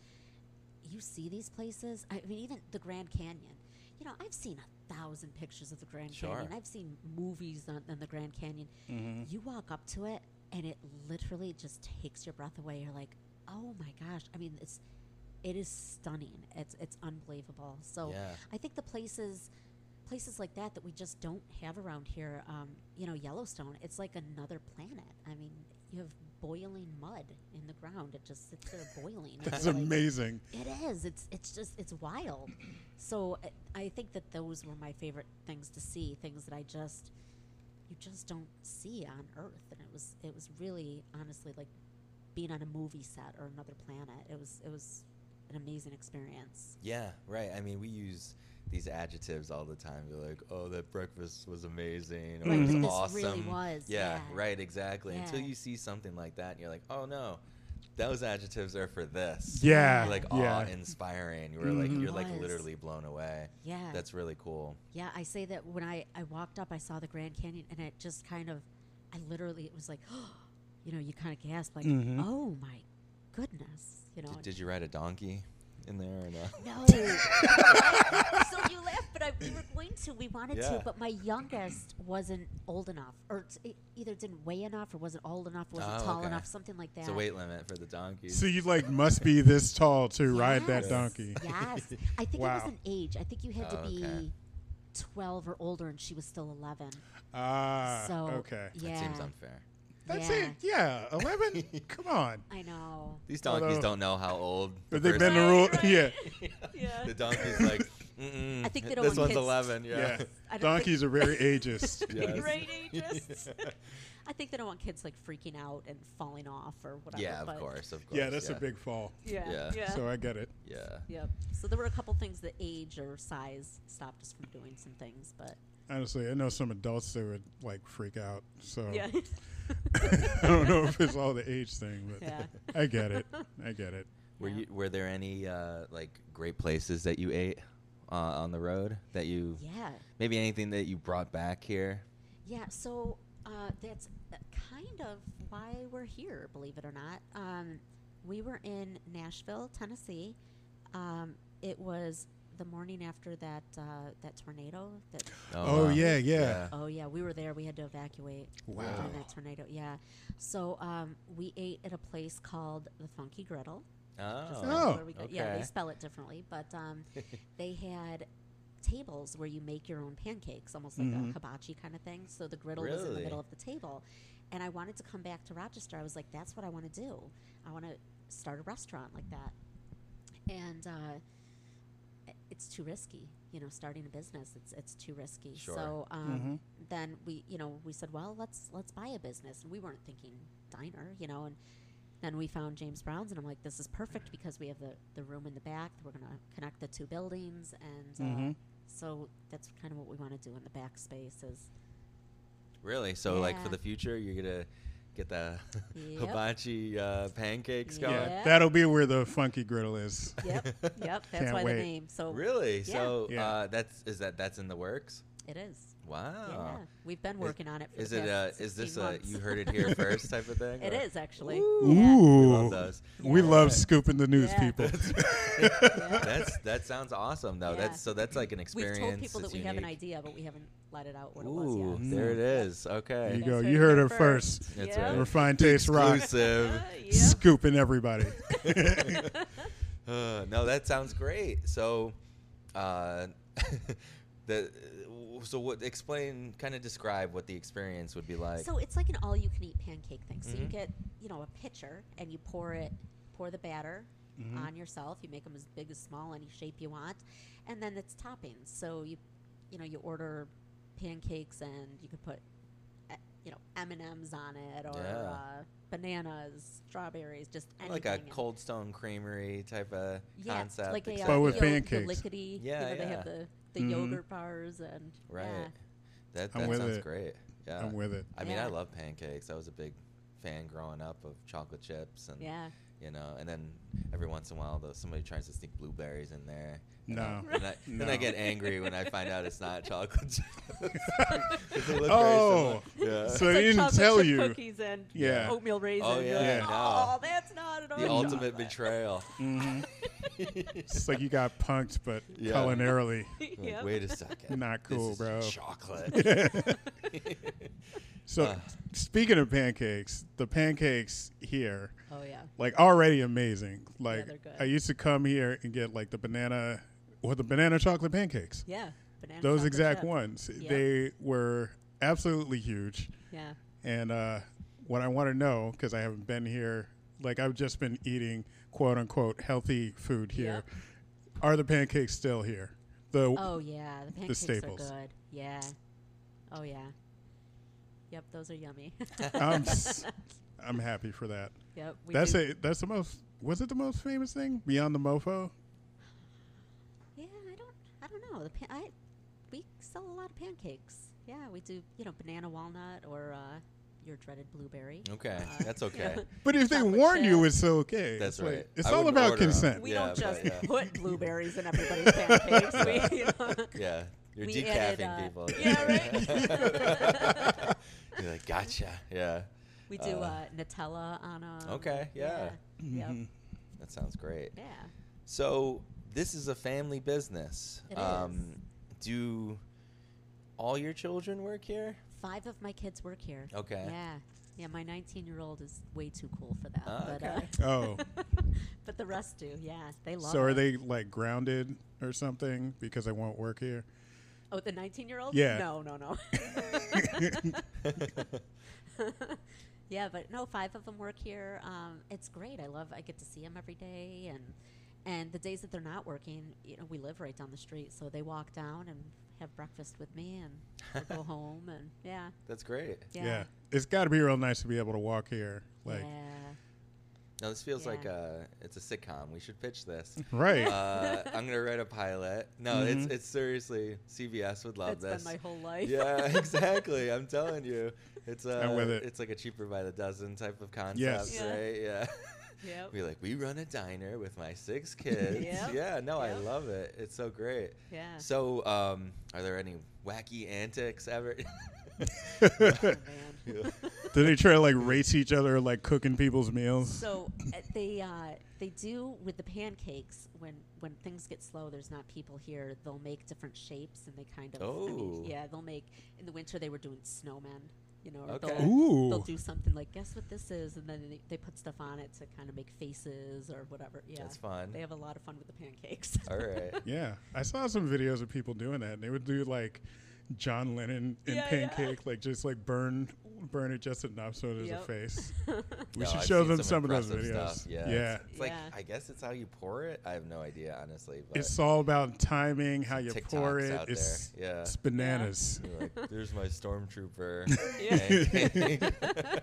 D: you see these places. I mean, even the Grand Canyon. You know, I've seen a thousand pictures of the Grand Canyon.
A: Sure. Mm-hmm.
D: I've seen movies on, on the Grand Canyon. You walk up to it, and it literally just takes your breath away. You're like, oh my gosh. I mean, it's it is stunning. It's it's unbelievable. So
A: Yeah.
D: I think the places places like that that we just don't have around here. Um, you know, Yellowstone. It's like another planet. I mean, you have boiling mud in the ground. It just sits there boiling. and
C: That's
D: you're like,
C: amazing.
D: It is. It's it's just it's wild. So I- I think that those were my favorite things to see. Things that I just you just don't see on Earth, and it was it was really honestly like being on a movie set or another planet. It was it was an amazing experience.
A: Yeah, right. I mean, we use these adjectives all the time. You're like, "Oh, that breakfast was amazing," or
D: Right,
A: "It
D: but
C: Mm-hmm.
A: was
D: this really
A: awesome."
D: was,
A: Yeah,
D: yeah.
A: right. Exactly. Until
D: Yeah.
A: you see something like that, and you're like, "Oh no, those adjectives are for this."
C: Yeah,
A: You're like
C: yeah. Mm-hmm.
A: awe-inspiring. You were like,
D: Mhm.
A: you're like
D: Was.
A: literally blown away.
D: Yeah.
A: That's really cool.
D: Yeah, I say that when I, I walked up, I saw the Grand Canyon, and it just kind of, I literally, it was like, you know, you kind of gasp, like,
C: Mhm.
D: oh my goodness, you know.
A: Did,
D: and-
A: did you ride a donkey in there or not?
D: no. so you laugh, but I, we were going to, we wanted
A: Yeah.
D: to, but my youngest wasn't old enough, or t- it either didn't weigh enough, or wasn't old enough, wasn't
A: Oh,
D: tall
A: okay.
D: enough, something like that.
A: It's a weight limit for the donkeys.
C: So you like must be this tall to ride that
D: Yes,
C: donkey.
D: Yes. I think it
C: Wow.
D: was an age. I think you had to
A: Oh,
D: be
A: okay.
D: 12 or older, and she was still 11.
C: Ah,
D: so,
C: okay.
D: Yeah.
A: That seems unfair.
C: That's
D: yeah.
C: it. Yeah, eleven. Come on.
D: I know.
A: These donkeys
C: Although-
A: don't know how old. the
C: But they've
A: person-
C: been the rule. Yeah,
B: Yeah.
A: The donkey's like, Mm-mm,
D: I think they don't
A: this
D: want
A: one's
D: kids.
A: 11.
C: yeah.
A: Yeah.
D: I don't
C: Donkeys are very ageist.
A: Yes.
B: Great ages.
D: I think they don't want kids like freaking out and falling off or whatever.
A: Yeah, of
D: but-
A: course, of course.
C: Yeah, that's a big fall.
B: Yeah.
A: Yeah.
B: Yeah.
C: So I get it.
A: Yeah.
D: Yep. So there were a couple things that age or size stopped us from doing some things, but
C: Honestly, I know some adults that would like freak out. So
B: yeah.
C: I don't know if it's all the age thing, but
D: yeah.
C: I get it. I get it.
A: Were
D: Yeah.
A: you? Were there any uh, like great places that you ate uh, on the road that you
D: yeah.
A: maybe anything that you brought back here?
D: Yeah. So uh, that's uh, kind of why we're here, believe it or not. Um, we were in Nashville, Tennessee. Um, it was the morning after that uh, that tornado. That
C: Oh,
A: wow.
C: yeah, yeah.
D: oh yeah, we were there. We had to evacuate
C: Wow.
D: during that tornado. Yeah. So um, we ate at a place called the Funky Griddle. Just
A: Oh.
C: Oh.
D: where we go. Yeah, they
A: okay.
D: spell it differently, but um, they had tables where you make your own pancakes, almost like a hibachi kind of thing. So the griddle was in the
A: Mm-hmm. Really?
D: middle of the table, and I wanted to come back to Rochester. I was like, that's what I want to do. I want to start a restaurant like that, and uh, i- it's too risky. You know, starting a business, it's it's too risky.
A: Sure. Mm-hmm.
D: So um, then we, you know, we said, well, let's let's buy a business, and we weren't thinking diner, you know, and then we found James Brown's, and I'm like, this is perfect because we have the, the room in the back. We're going to connect the two buildings. And uh,
C: Mhm.
D: so that's kind of what we want to do in the back space is,
A: Really? So like
D: Yeah.
A: for the future, you're gonna get the
D: Yep.
A: hibachi uh, pancakes
D: Yeah.
A: going.
C: Yeah,
D: Yeah.
C: that'll be where the funky griddle is.
D: yep, yep, that's
C: Can't
D: why
C: wait.
D: the name. So
A: Really?
D: Yeah.
A: So
C: Yeah.
A: Uh, that's is that that's in the works?
D: it is.
A: Wow.
D: Yeah, we've been working on it for
A: Oh. Is
D: the
A: it uh
D: past
A: is this
D: 16
A: a
D: months.
A: you heard it here first type of thing?
D: it
A: or-
D: is, actually.
C: Ooh,
A: love those.
C: we love scooping the news
D: Yeah.
C: people.
A: That's that sounds awesome though.
D: Yeah.
A: That's so that's like an
D: We've
A: experience.
D: told people that
A: that's
D: we have an
A: unique.
D: idea, but we haven't let it out what it
A: Ooh,
D: was yet.
C: Mm-hmm.
A: there it is.
C: There you
A: Okay.
C: go.
B: Guys
C: You
B: heard
C: heard
B: it
C: it first.
B: first.
A: That's
B: Yeah.
A: right.
C: Refined taste rock,
A: Exclusive.
B: yeah.
C: scooping everybody.
A: Uh, no, that sounds great. So, uh, the so what? Explain, kind of describe what the experience would be like. Mm-hmm.
D: So it's like an all-you-can-eat pancake thing. So you get, you know, a pitcher and you pour it, pour the batter
A: Mm-hmm.
D: on yourself. You make them as big as small, any shape you want, and then it's toppings. So you, you know, you order pancakes and you could put, eh, you know, M and M's on it or
A: Yeah.
D: uh, bananas, strawberries, just anything.
A: like a
D: and-
A: Cold Stone Creamery type of
D: yeah,
A: concept.
D: like a
A: except
D: uh,
C: But with
D: yo-
C: pancakes.
D: Lickety,
A: Yeah,
D: you know, they have
A: yeah.
D: the the
C: Mhm.
D: yogurt bars and
A: right.
D: yeah.
A: That
C: I'm
A: that
C: with
A: sounds
C: it.
A: great. Yeah.
C: I'm with it.
A: I mean,
D: Yeah.
A: I love pancakes. I was a big fan growing up of chocolate chips and
D: Yeah.
A: you know, and then every once in a while, though, somebody tries to sneak blueberries in there. and I-
C: No.
A: and I, Then I
C: No.
A: get angry when I find out it's not chocolate chips. It's a look very
C: Oh.
A: similar. Yeah.
C: So I didn't
B: chocolate
C: tell
B: chip
C: you.
B: Cookies and
C: Yeah.
B: oatmeal raisins.
A: Oh, yeah,
C: Yeah.
A: no.
B: Oh, that's not at all.
A: the ultimate
B: chocolate.
A: betrayal.
D: Mm-hmm.
C: Mhm. It's like you got punked, but
A: Yeah.
C: culinarily
A: Like,
B: Yep.
A: Wait a second.
C: not
A: This
C: cool,
A: is
C: bro.
A: Chocolate.
C: So
A: Uh.
C: speaking of pancakes, the pancakes here,
D: Oh yeah.
C: like already amazing. Like
D: they're good.
C: I used to come here and get like the banana or the banana chocolate pancakes.
D: Yeah. Banana
C: Those
D: chocolate
C: exact
D: chip.
C: ones.
D: Yeah.
C: They were absolutely huge.
D: Yeah.
C: And uh what I want to know because I haven't been here. Like I've just been eating quote unquote healthy food here. Are the pancakes still here? The
D: Oh yeah, the pancakes are
C: staples.
D: good. Yeah. Oh yeah. Yep, those are yummy.
C: I'm, s- I'm happy for that.
D: yep. We
C: Uh, that's
D: do-
C: it. That's the most. Was it the most famous thing beyond the mofo?
D: Yeah, I don't. I don't know. The pan- I we sell a lot of pancakes. Yeah, we do. You know, banana walnut or uh, your dreaded blueberry.
A: Okay,
D: Uh,
A: that's
D: you
A: okay.
D: know.
C: But if they
D: Chocolate
C: warn you,
D: chip.
C: it's okay.
A: That's
C: It's like-
A: right.
C: It's
A: I
C: all
A: wouldn't
C: about
A: order 'em.
C: consent.
D: We
A: Yeah,
D: don't
A: but
D: just
A: yeah.
D: put blueberries in everybody's pancakes. We, you know.
A: Yeah, you're
D: We
A: decaffing
D: added, uh,
A: people.
E: yeah,
D: right?
A: you're like, gotcha. Yeah,
D: we do
A: Uh,
D: uh, Nutella on a.
A: okay, yeah.
D: Yeah.
C: Mm-hmm.
D: Yep.
A: that sounds great.
D: Yeah.
A: So this is a family business. Um,
D: It
A: Do all your children work here?
D: Five of my kids work here.
A: Okay.
D: Yeah. Yeah, my 19 year old is way too cool for that.
A: Ah,
D: but,
A: okay.
D: uh,
C: Oh.
D: but the rest do. Yeah, they love
C: So are
D: it.
C: they like grounded or something because they won't work here?
D: Oh, the 19 year old?
C: Yeah.
D: No, no, no. yeah, but no, five of them work here. Um, it's great. I love. I get to see them every day, and and the days that they're not working, you know, we live right down the street, so they walk down and have breakfast with me, and we'll go home, and yeah,
A: That's great.
D: yeah,
C: It's got to be real nice to be able to walk here.
D: yeah.
C: Like,
A: Now this feels
D: Yeah.
A: like a it's a sitcom. We should pitch this.
C: right.
A: Uh, I'm gonna write a pilot. No, it's it's seriously CBS would love this.
D: That's been my whole life.
A: yeah, exactly. I'm telling you, it's uh,
C: I'm with it.
A: it's like a cheaper by the dozen type of concept,
C: Yes.
E: Yeah.
A: right? Yeah.
D: Yep.
A: We like we run a diner with my six kids.
D: Yep.
A: Yeah, no, I
D: Yep.
A: love it. It's so great.
D: Yeah.
A: So, um, are there any wacky antics ever?
D: Oh, man.
A: Yeah.
C: Do they try to like race each other, like cooking people's meals?
D: So uh, they uh, they do with the pancakes when when things get slow. There's not people here. They'll make different shapes and they kind of. I
A: Oh.
D: mean, yeah, they'll make in the winter. They were doing snowmen. You know, or
A: Okay.
D: they'll, they'll
C: Ooh.
D: do something like guess what this is, and then they, they put stuff on it to kind of make faces or whatever. Yeah,
A: That's fun.
D: They have a lot of fun with the pancakes.
A: All right.
C: Yeah. I saw some videos of people doing that. And they would do like John Lennon in
E: Yeah, yeah.
C: pancake, like just like burn burn it just enough so there's a
D: Yep.
C: face. We
A: No,
C: should
A: I've
C: show
A: seen
C: them some of those
A: impressive
C: videos.
A: stuff, Yeah.
C: yeah.
A: It's, it's like
D: Yeah.
A: I guess it's how you pour it. I have no idea, honestly. But
C: It's all about timing, how you
A: TikToks
C: pour it.
A: out
C: It's,
A: there. Yeah.
C: it's bananas.
A: You're like, There's my stormtrooper.
E: Yeah.
A: pancake."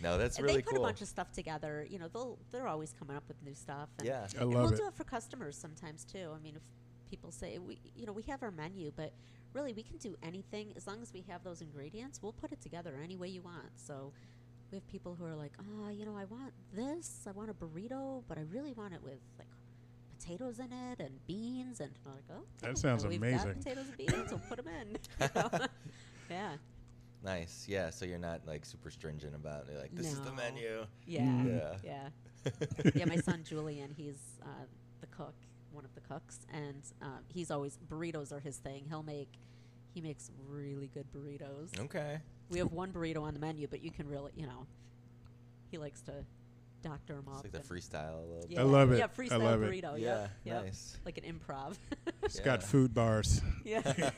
A: no, that's
D: and
A: really
D: they put
A: cool.
D: a bunch of stuff together. You know, they'll they're always coming up with new stuff. And
A: yeah.
C: I
D: And
C: love
D: we'll
C: it.
D: do it for customers sometimes too. I mean, if people say we, you know, we have our menu, but really we can do anything as long as we have those ingredients. We'll put it together any way you want. So we have people who are like, oh, you know, I want this. I want a burrito, but I really want it with like potatoes in it and beans and I'm like, oh,
C: That sounds
D: we've
C: amazing.
D: Got potatoes and beans, we'll put them in. you know? yeah,
A: Nice. Yeah. So you're not like super stringent about it. Like this is the
D: No.
A: menu.
D: yeah,
A: Yeah.
D: yeah. yeah, my son Julian, he's uh, the cook, one of the cooks, and um, he's always burritos are his thing. He'll make, he makes really good burritos.
A: okay.
D: We have one burrito on the menu, but you can really, you know, he likes to doctor them
A: It's
D: up.
A: like the
D: and-
A: freestyle a little
D: yeah,
C: love it.
D: Yeah,
C: I
D: freestyle
C: love it.
D: burrito.
A: bit.
D: Yeah,
A: Yeah.
D: yep.
A: Nice.
D: like an improv.
C: It's got
A: Yeah.
C: food bars.
D: yeah,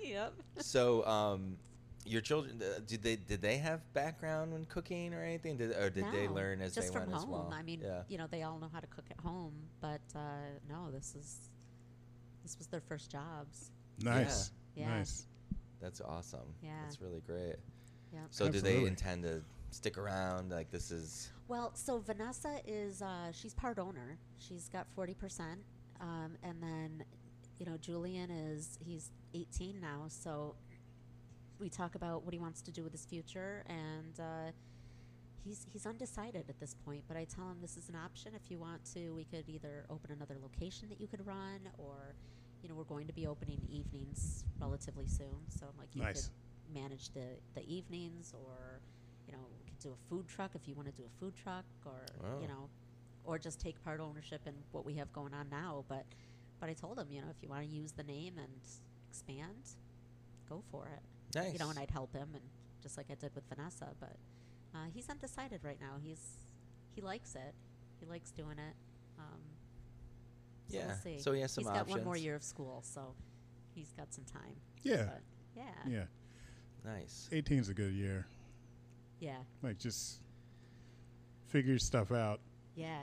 D: yep.
A: So, um, your children uh, did they did they have background in cooking or anything? Did, or did they
D: No,
A: learn as they
D: just from
A: went
D: home.
A: as well?
D: I mean,
A: yeah.
D: you know, they all know how to cook at home, but uh, no, this is this was their first jobs.
C: Nice.
D: Yeah.
C: Nice.
A: That's awesome.
D: Yeah.
A: That's really great.
D: Yeah.
A: So do
C: Absolutely.
A: they intend to stick around? Like this is
D: Well, so Vanessa is uh, she's part owner. She's got forty percent, um, and then you know Julian is he's eighteen now. So we talk about what he wants to do with his future, and uh, he's he's undecided at this point. But I tell him this is an option. If you want to, we could either open another location that you could run, or you know we're going to be opening evenings relatively soon. So I'm like, you
C: Nice.
D: could manage the, the evenings or you know we could do a food truck if you want to do a food truck or
A: Wow.
D: you know or just take part ownership in what we have going on now but but i told him you know if you want to use the name and expand go for it
A: nice.
D: you know and i'd help him and just like i did with vanessa but uh, he's undecided right now he's he likes it he likes doing it um, so
A: yeah.
D: we'll see.
A: So he has some
D: he's
A: options.
D: got one more year of school so he's got some time
C: Yeah.
D: but yeah
C: Yeah.
A: Nice.
C: 18's a good year.
D: Yeah.
C: Like just figure stuff out.
D: Yeah.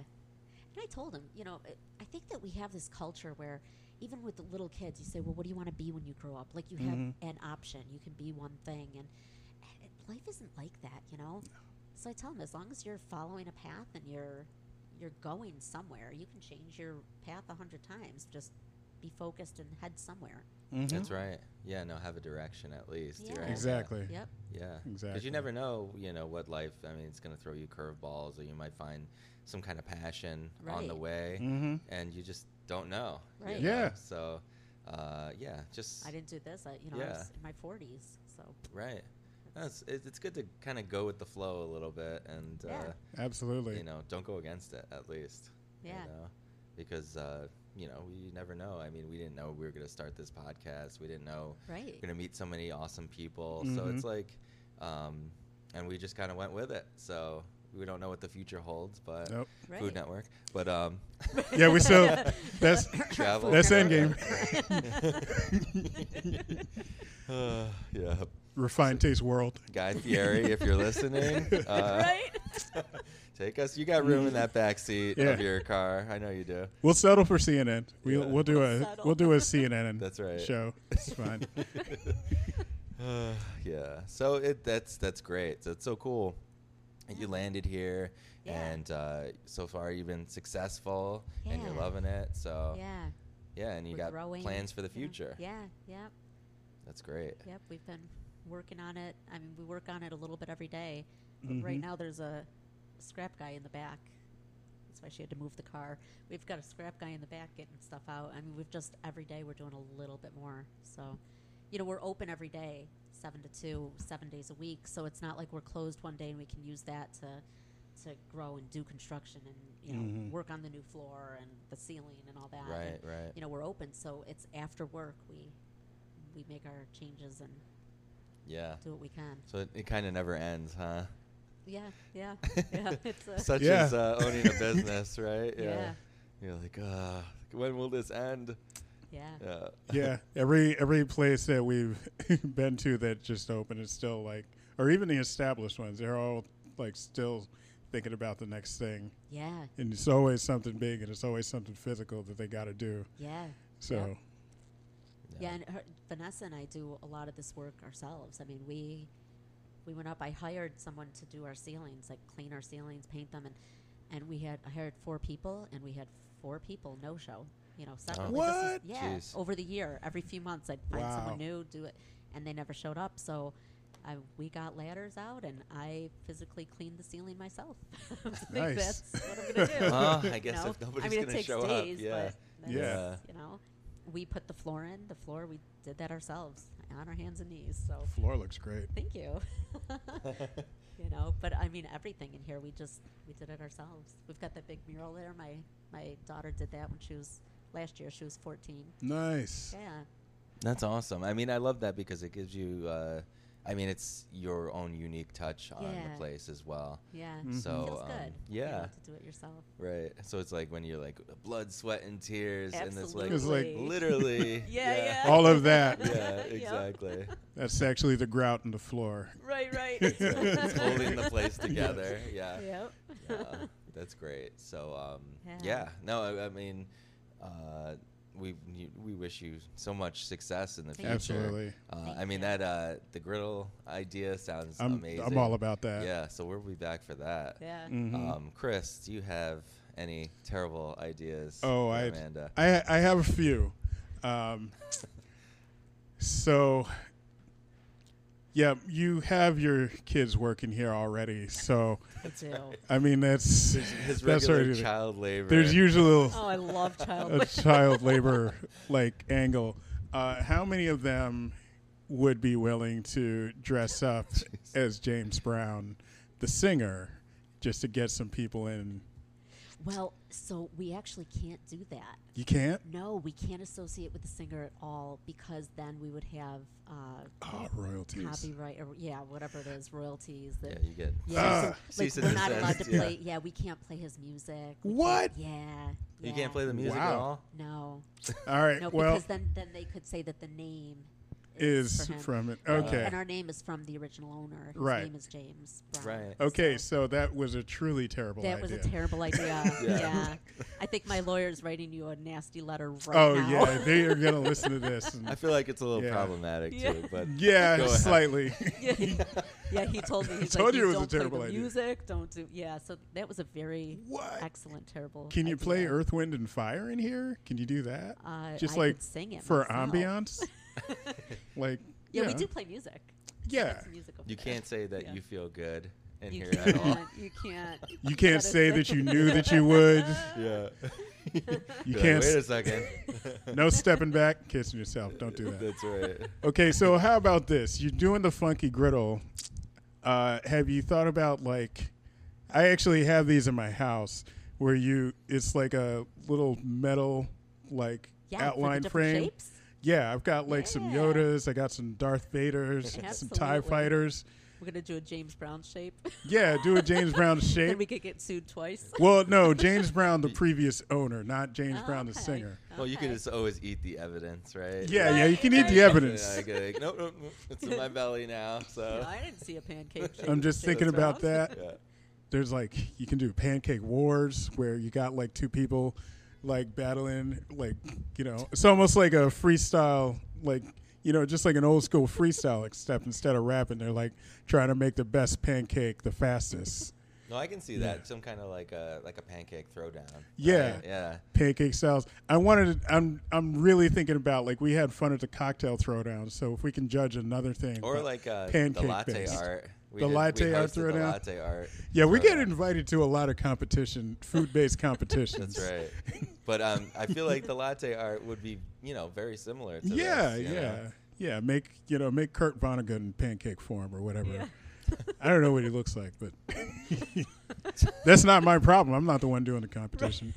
D: And I told him, you know, I- I think that we have this culture where even with the little kids, you say, well, what do you want to be when you grow up? Like you
C: Mhm.
A: Mm-hmm.
D: have an option. You can be one thing. And, and it- life isn't like that, you know? So I tell him, as long as you're following a path and you're you're going somewhere, you can change your path a hundred times. Just be focused and head somewhere.
C: Mm-hmm.
A: That's right. Yeah, no, have a direction at least.
D: Yeah.
A: right?
C: Exactly.
D: Yep.
A: Yeah. Because
C: Exactly.
A: you never know, you know, what life. I mean, it's gonna throw you curveballs, or you might find some kind of passion on the
D: Right.
A: way,
C: Mm-hmm.
A: and you just don't know. you
D: Right.
A: know?
C: Yeah.
A: So, uh, yeah, just
D: I didn't do this. I, you know, I
A: Yeah.
D: was in my 40s. So
A: right. No, it's, it- it's good to kind of go with the flow a little bit, and
D: Yeah.
A: uh,
C: Absolutely.
A: you know, don't go against it at least.
D: Yeah.
A: You know? Because uh, you know, you never know. I mean, we didn't know we were gonna start this podcast. We didn't know
D: right.
A: gonna meet so many awesome people. So it's
C: Mhm.
A: like, um, and we just kind of went with it. So we don't know what the future holds, but
C: Nope.
D: Right.
A: Food Network. But um,
C: Yeah, we still. That's
A: Travel.
C: that's endgame.
A: uh, yeah,
C: Refined taste world.
A: Guy Fieri, if you're listening, uh,
F: right?
A: take us. You got room in that back seat
C: Yeah.
A: of your car. I know you do.
C: We'll settle for CNN. We
A: Yeah.
C: will we'll do
F: We'll
C: a
F: settle.
C: we'll do a CNN
A: That's right.
C: show. It's fine.
A: Uh, yeah. So it that's that's great. That's so cool. And You
D: Yeah.
A: landed here,
D: Yeah.
A: and uh, so far you've been successful, and you're
D: Yeah.
A: loving it. So
D: yeah.
A: Yeah, and you
D: We're
A: got
D: growing,
A: plans for the
D: you know.
A: future.
D: Yeah. Yep.
A: That's great.
D: Yep, we've been working on it. I mean, we work on it a little bit every day. But Right
C: Mhm.
D: now, there's a scrap guy in the back. That's why she had to move the car. We've got a scrap guy in the back getting stuff out. I mean, we've just every day we're doing a little bit more. So, you know, we're open every day, seven to two, seven days a week. So it's not like we're closed one day and we can use that to to grow and do construction and you know
C: Mhm.
D: work on the new floor and the ceiling and all that.
A: Right,
D: And,
A: right.
D: You know, we're open, so it's after work we we make our changes and
A: Yeah.
D: do what we can.
A: So it, it kind of never ends, huh?
D: Yeah, yeah, yeah. It's a,
A: Such
C: Yeah.
A: as uh, owning a business, right?
D: yeah,
A: You're like, uh, when will this end?
D: yeah,
A: Yeah.
C: Yeah, every every place that we've been to that just opened is still like, or even the established ones, they're all like still thinking about the next thing,
D: yeah,
C: and it's always something big, and it's always something physical that they got to do.
D: yeah,
C: So
D: Yep. yeah. And her, Vanessa and I do a lot of this work ourselves. I mean, we we went up. I hired someone to do our ceilings, like clean our ceilings, paint them, and and we had I hired four people, and we had four people no show. You know, separately. This is-
C: What?
D: yeah,
A: Jeez.
D: over the year, every few months, I'd find
C: Wow.
D: someone new, do it, and they never showed up. So. I, we got ladders out, and I physically cleaned the ceiling myself. I think
C: Nice.
D: That's what I'm gonna do.
A: Uh, I guess
D: know?
A: if nobody's
D: I mean, it
A: gonna
D: takes
A: show
D: days,
A: up, yeah.
D: But that's,
A: Yeah.
D: you know, we put the floor in. The floor we did that ourselves on our hands and knees. So
C: floor looks great.
D: thank you. you know, but I mean, everything in here we just we did it ourselves. We've got that big mural there. My my daughter did that when she was last year. She was fourteen.
C: Nice.
D: Yeah,
A: That's awesome. I mean, I love that because it gives you. Uh, I mean, it's your own unique touch on the
D: Yeah.
A: place as well.
D: yeah.
F: Mm.
C: Mhm.
A: So
D: Feels
A: um,
D: good. you know,
A: yeah,
D: to do it yourself.
A: right. So it's like when you're like blood, sweat, and tears, and it's
C: It's
A: like
C: like-
F: Absolutely.
A: literally.
F: Yeah, yeah.
C: All of that.
A: yeah,
F: Yeah.
A: exactly.
C: That's actually the grout in the floor.
F: Right, right.
A: it's holding the place together. Yeah.
D: Yep.
A: yeah, that's great. So, um, yeah.
D: Yeah.
A: no, I, I mean, uh, we you- we wish you so much success in the
D: Thank
A: future.
D: you.
C: Absolutely.
A: Uh,
D: Thank
A: I mean,
D: you.
A: that uh, the griddle idea sounds
C: I'm
A: amazing.
C: I'm all about that.
A: Yeah, so we'll be back for that.
F: yeah.
C: Mhm.
A: Um, Chris, do you have any terrible ideas?
C: Oh,
A: for
C: I,
A: Amanda.
C: I I have a few. Um, so, yeah, you have your kids working here already. So,
D: I do.
C: I mean, that's
A: His
C: that's
A: regular
C: already there.
A: child labor.
C: There's usually
F: Oh, I love child
C: a child labor like angle. Uh, how many of them would be willing to dress up as James Brown, the singer, just to get some people in?
D: Well, so we actually can't do that.
C: You can't.
D: No, we can't associate with the singer at all because then we would have uh,
C: Oh, royalties.
D: copyright or yeah, whatever it is, royalties.
A: yeah,
D: That
A: you get
D: yeah,
C: Ah.
D: so, like
A: Cease and
D: we're not allowed to
A: desist, yeah.
D: play. Yeah. we can't play his music. We can't-
C: What?
D: yeah,
A: you
D: yeah.
A: can't play the music at
C: Wow.
A: all.
D: No,
C: All right.
D: no,
C: Eh, well,
D: because then then they could say that the name is,
C: is
D: for him.
C: from it.
D: And-
C: Okay.
D: And our name is from the original owner. His
C: Right.
D: name is James Brown.
A: Right.
C: Okay, so that was a truly terrible
D: That
C: idea.
D: was a terrible idea.
A: Yeah.
D: yeah. I think my lawyer's writing you a nasty letter right
C: oh
D: now.
C: yeah, they are gonna listen to this.
A: I
C: And
A: feel like it's a little
C: Yeah.
A: problematic
G: Yeah.
A: too, but Go
C: yeah,
A: ahead.
C: slightly.
D: yeah, he, yeah, he told me. He's
C: Told
D: like,
C: you it was a
D: don't play
C: terrible
D: the
C: idea."
D: Music, don't do. Yeah, so that was a very
C: what?
D: excellent, terrible.
C: Can you play
D: idea.
C: Earth, Wind, and Fire in here? Can you do that
D: Uh,
C: Just
D: I
C: like
D: could sing it
C: for
D: myself.
C: ambiance? like
D: Yeah, we do play music.
C: Yeah.
D: It's music over
A: you
D: there.
A: can't say that
D: Yeah.
A: you feel good in
D: You
A: here
D: can't,
A: at all.
D: You can't.
C: You can't say that you knew that you would.
A: Yeah. you
C: You can't
A: Wait a
C: s-
A: second.
C: No stepping back, kissing yourself. Don't do that.
A: That's right.
C: Okay, so how about this? You're doing the funky griddle. Uh, have you thought about like? I actually have these in my house where you. It's like a little metal like
D: Yeah, for the
C: outline
D: different
C: frame.
D: Shapes.
C: Yeah, I've got like some
D: Yeah.
C: Yodas. I got some Darth Vaders. Some Tie
D: Absolutely.
C: Fighters.
D: We're gonna do a James Brown shape.
C: Yeah, do a James Brown shape.
D: then we could get sued twice.
C: well, no, James Brown, the previous owner, not James Brown, the
D: Oh, Okay.
C: singer.
A: Well, you could
D: Okay.
A: just always eat the evidence, right?
C: Yeah,
A: Like,
C: yeah, you can eat the
D: Right.
C: evidence.
A: I go like, nope, nope, nope, it's in my belly now.
D: You
A: So
D: know, I didn't see a pancake. shape
C: I'm
D: of
C: just
D: James
C: thinking about
D: Brown.
C: that.
A: yeah.
C: There's like you can do pancake wars where you got like two people like battling like you know it's almost like a freestyle like you know just like an old school freestyle except instead of rapping they're like trying to make the best pancake the fastest
A: No, I can see
C: Yeah.
A: that. Some kind of like a like a pancake throwdown.
C: Yeah.
A: Right? Yeah.
C: pancake styles I wanted to, I'm I'm really thinking about like we had fun at the cocktail throwdown so if we can judge another thing
A: Or
C: but-
A: like uh, the
C: Pancake
A: latte
C: based.
A: art. We
C: The
A: did- we
C: latte art
A: hosted The
C: throwdown?
A: latte art.
C: yeah we get
A: throwdown.
C: invited to a lot of competition food based competitions
A: That's right. But um, I feel like the latte art would be, you know, very similar. To
C: Yeah,
A: this,
C: yeah,
A: you know?
C: yeah. Make you know, make Kurt Vonnegut in pancake form or whatever.
G: Yeah.
C: I don't know what he looks like, but that's not my problem. I'm not the one doing the competition.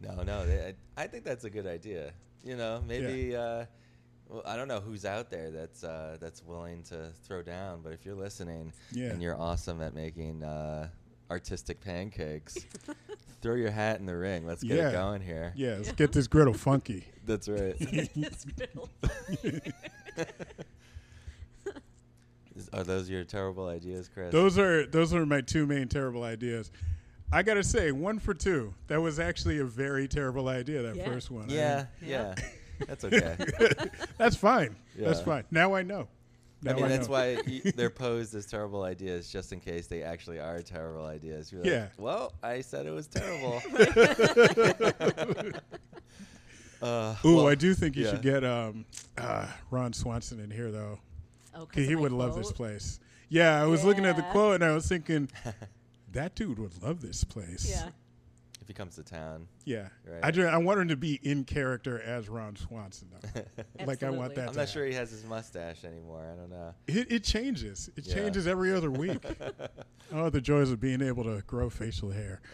A: No, no, they, I, I think that's a good idea. You know, maybe. Uh, well, I don't know who's out there that's uh, that's willing to throw down, but if you're listening
C: Yeah.
A: and you're awesome at making uh, artistic pancakes, throw your hat in the ring. Let's get
C: Yeah.
A: it going here.
C: Yeah, let's get this griddle funky.
A: That's right.
G: It's real.
A: Is- Are those your terrible ideas, Chris?
C: Those are those are my two main terrible ideas. I gotta say, one for two. That was actually a very terrible idea. That
G: Yeah.
C: first one. I-
A: yeah, yeah,
G: Yeah.
A: that's okay.
C: that's fine. That's
A: Yeah.
C: fine. Now I know. Now
A: I mean, that's
C: know.
A: why e, y- they're posed as terrible ideas, just in case they actually are terrible ideas. You're like,
C: Yeah.
A: well, I said it was terrible. uh,
C: Ooh,
A: well,
C: I do think you
A: yeah.
C: should get um, uh, Ron Swanson in here though.
D: Oh,
C: 'Cause
D: of
C: he
D: my
C: would love this
D: quote?
C: place. Yeah, I was looking at the
D: Yeah.
C: quote and I was thinking, that dude would love this place.
D: Yeah.
A: If he comes to town,
C: Yeah. I,
A: Right.
C: ju- I want him to be in character as Ron Swanson, though. like, I want
D: Absolutely.
C: that
A: I'm
C: to
A: not sure he has his mustache anymore. I don't know.
C: It, it changes. It
A: Yeah.
C: changes every other week. oh, the joys of being able to grow facial hair.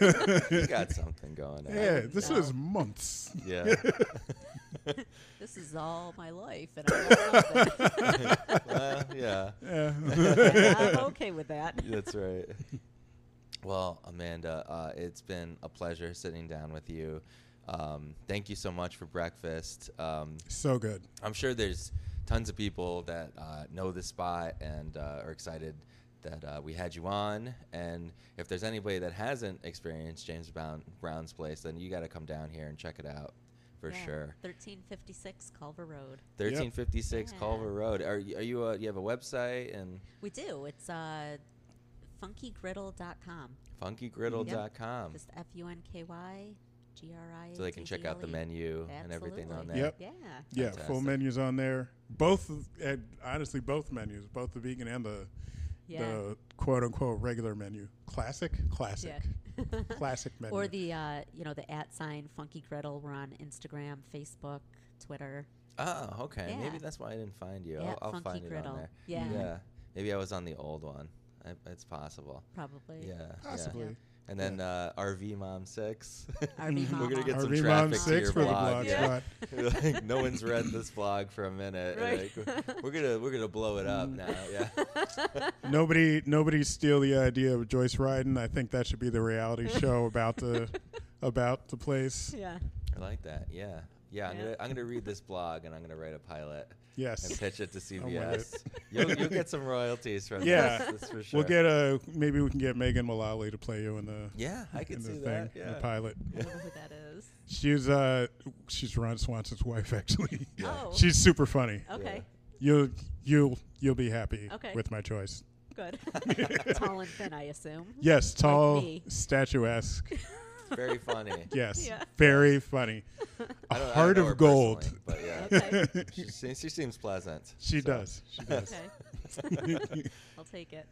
A: Uh, he got something going on.
C: yeah, this
D: know.
C: was months.
A: Yeah.
D: This is all my life, and I don't love it.
A: Well, yeah.
C: Yeah.
D: And I'm okay with that.
A: That's right. Well, Amanda, uh, it's been a pleasure sitting down with you. Um, thank you so much for breakfast. Um,
C: so good.
A: I'm sure there's tons of people that uh, know this spot and uh, are excited that uh, we had you on. And if there's anybody that hasn't experienced James Brown, Brown's place, then you got to come down here and check it out for
D: Yeah.
A: sure.
D: 1356 Culver Road.
A: 1356
D: Yeah.
A: Culver Road. Are you, are you? uh you have a website and
D: We do. It's uh, funkygriddle.com.
A: funkygriddle.com.
D: Just F U N K Y G R I.
A: Um,
D: E.
A: so they can check out the menu and everything on there.
D: Absolutely.
C: Yep.
D: Yeah.
C: Yeah, full
A: Fantastic.
C: menus on there. Both, uh, honestly, both menus, both the vegan and the,
D: Yeah.
C: the quote unquote regular menu. Classic, classic,
D: yeah.
C: classic menu.
D: or the uh, you know the at sign Funky Griddle. We're on Instagram, Facebook, Twitter.
A: Oh, okay. Maybe
D: Yeah.
A: that's why I didn't find you.
D: Yeah,
A: I'll, I'll
D: Funky
A: find it on
D: Griddle.
A: there.
D: Yeah.
A: Yeah. Maybe I was on the old one. I, it's possible.
D: Probably.
A: Yeah. yeah.
C: Possibly.
A: And then uh, RV Mom Six.
D: RV
A: We're gonna
D: Mama.
A: get some
C: RV Mom
A: traffic to
C: Six
A: your
C: for the
A: blog.
C: blog
G: Yeah.
C: spot.
A: like, no one's read this blog for a minute.
G: Right.
A: Like, we're gonna we're gonna blow it up now. Yeah.
C: Nobody, nobody steal the idea of Joyce Ryden. I think that should be the reality show about the about the place.
D: Yeah.
A: I like that. Yeah. Yeah, I'm
H: Yeah.
A: gonna I'm gonna read this blog and I'm gonna write a pilot and
C: Yes.
A: pitch it to
C: I'm with
A: CBS.
C: it.
A: you'll, you'll get some royalties from
C: Yeah.
A: this. That's for sure.
C: We'll get a maybe we can get Megan Mullally to play you in the
A: Yeah, I can
C: in the
A: see
C: thing
A: that.
C: the
A: Yeah.
C: pilot.
H: I don't know who that is.
C: She's uh she's Ron Swanson's wife actually.
H: Oh,
C: She's super funny.
H: okay.
C: You'll you'll you'll be happy
H: Okay.
C: with my choice.
H: Good.
D: Tall and thin, I assume.
C: Yes, tall,
D: me.
C: statuesque.
A: Very funny.
C: Yes,
H: Yeah.
C: very funny.
A: I
C: A
A: don't- I don't
C: heart
A: know her
C: of gold.
A: personally, But yeah,
H: Okay.
A: she, seems- she seems pleasant.
C: she
A: so.
C: does. She does.
H: Okay. I'll take it.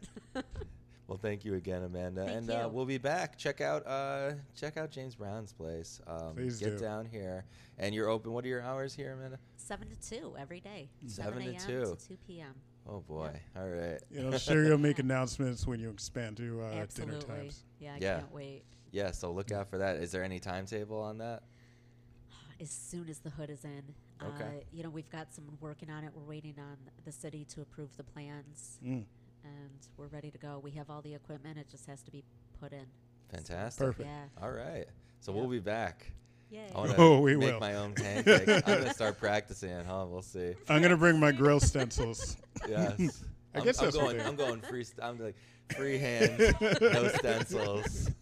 A: Well, thank you again, Amanda,
H: Thank
A: and Uh,
H: you.
A: we'll be back. Check out uh, check out James Brown's place. Um,
C: Please
A: get
C: do.
A: down here, and you're open. What are your hours here, Amanda?
D: Seven to two every day.
A: Seven to
D: a.m.
A: two.
D: to two p.m.
A: Oh boy! All right.
C: You know, sure you'll make announcements when you expand to uh, dinner
D: Absolutely.
C: times.
D: Yeah, I
A: Yeah.
D: can't wait.
A: Yeah. So look out for that. Is there any timetable on that?
D: As soon as the hood is in,
A: Okay.
D: uh, you know we've got someone working on it. We're waiting on the city to approve the plans,
C: Mm,
D: and we're ready to go. We have all the equipment; it just has to be put in.
A: Fantastic.
C: perfect.
D: Yeah.
A: All right. So
D: Yeah.
A: we'll be back.
D: Yay.
A: I want to
C: Oh, we
A: make
C: will.
A: my own pancakes. I'm gonna start practicing at home. We'll see.
C: I'm gonna bring my grill stencils.
A: Yes.
C: I
A: I'm,
C: guess
A: I'm
C: that's what
A: going.
C: they-
A: I'm going free. St- I'm like freehand, no stencils.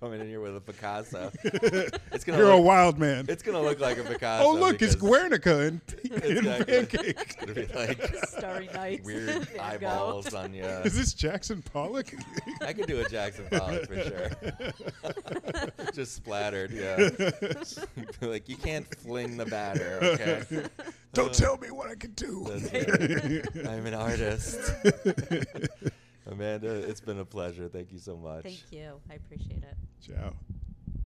A: Coming in here with a Picasso. It's gonna.
C: You're a
A: look,
C: wild man.
A: it's gonna look like a Picasso.
C: oh look, it's
A: because-
C: Guernica in, in
A: Exactly.
C: pancake.
A: It's gonna be like
H: Starry night.
A: weird eyeballs on you.
C: Is this Jackson Pollock?
A: I could do a Jackson Pollock for sure. Just splattered, yeah. like you can't fling the batter, okay?
C: Don't tell me what I can do.
A: That's I'm an artist. Amanda, it's been a pleasure. Thank you so much.
D: Thank you. I appreciate it.
C: Ciao.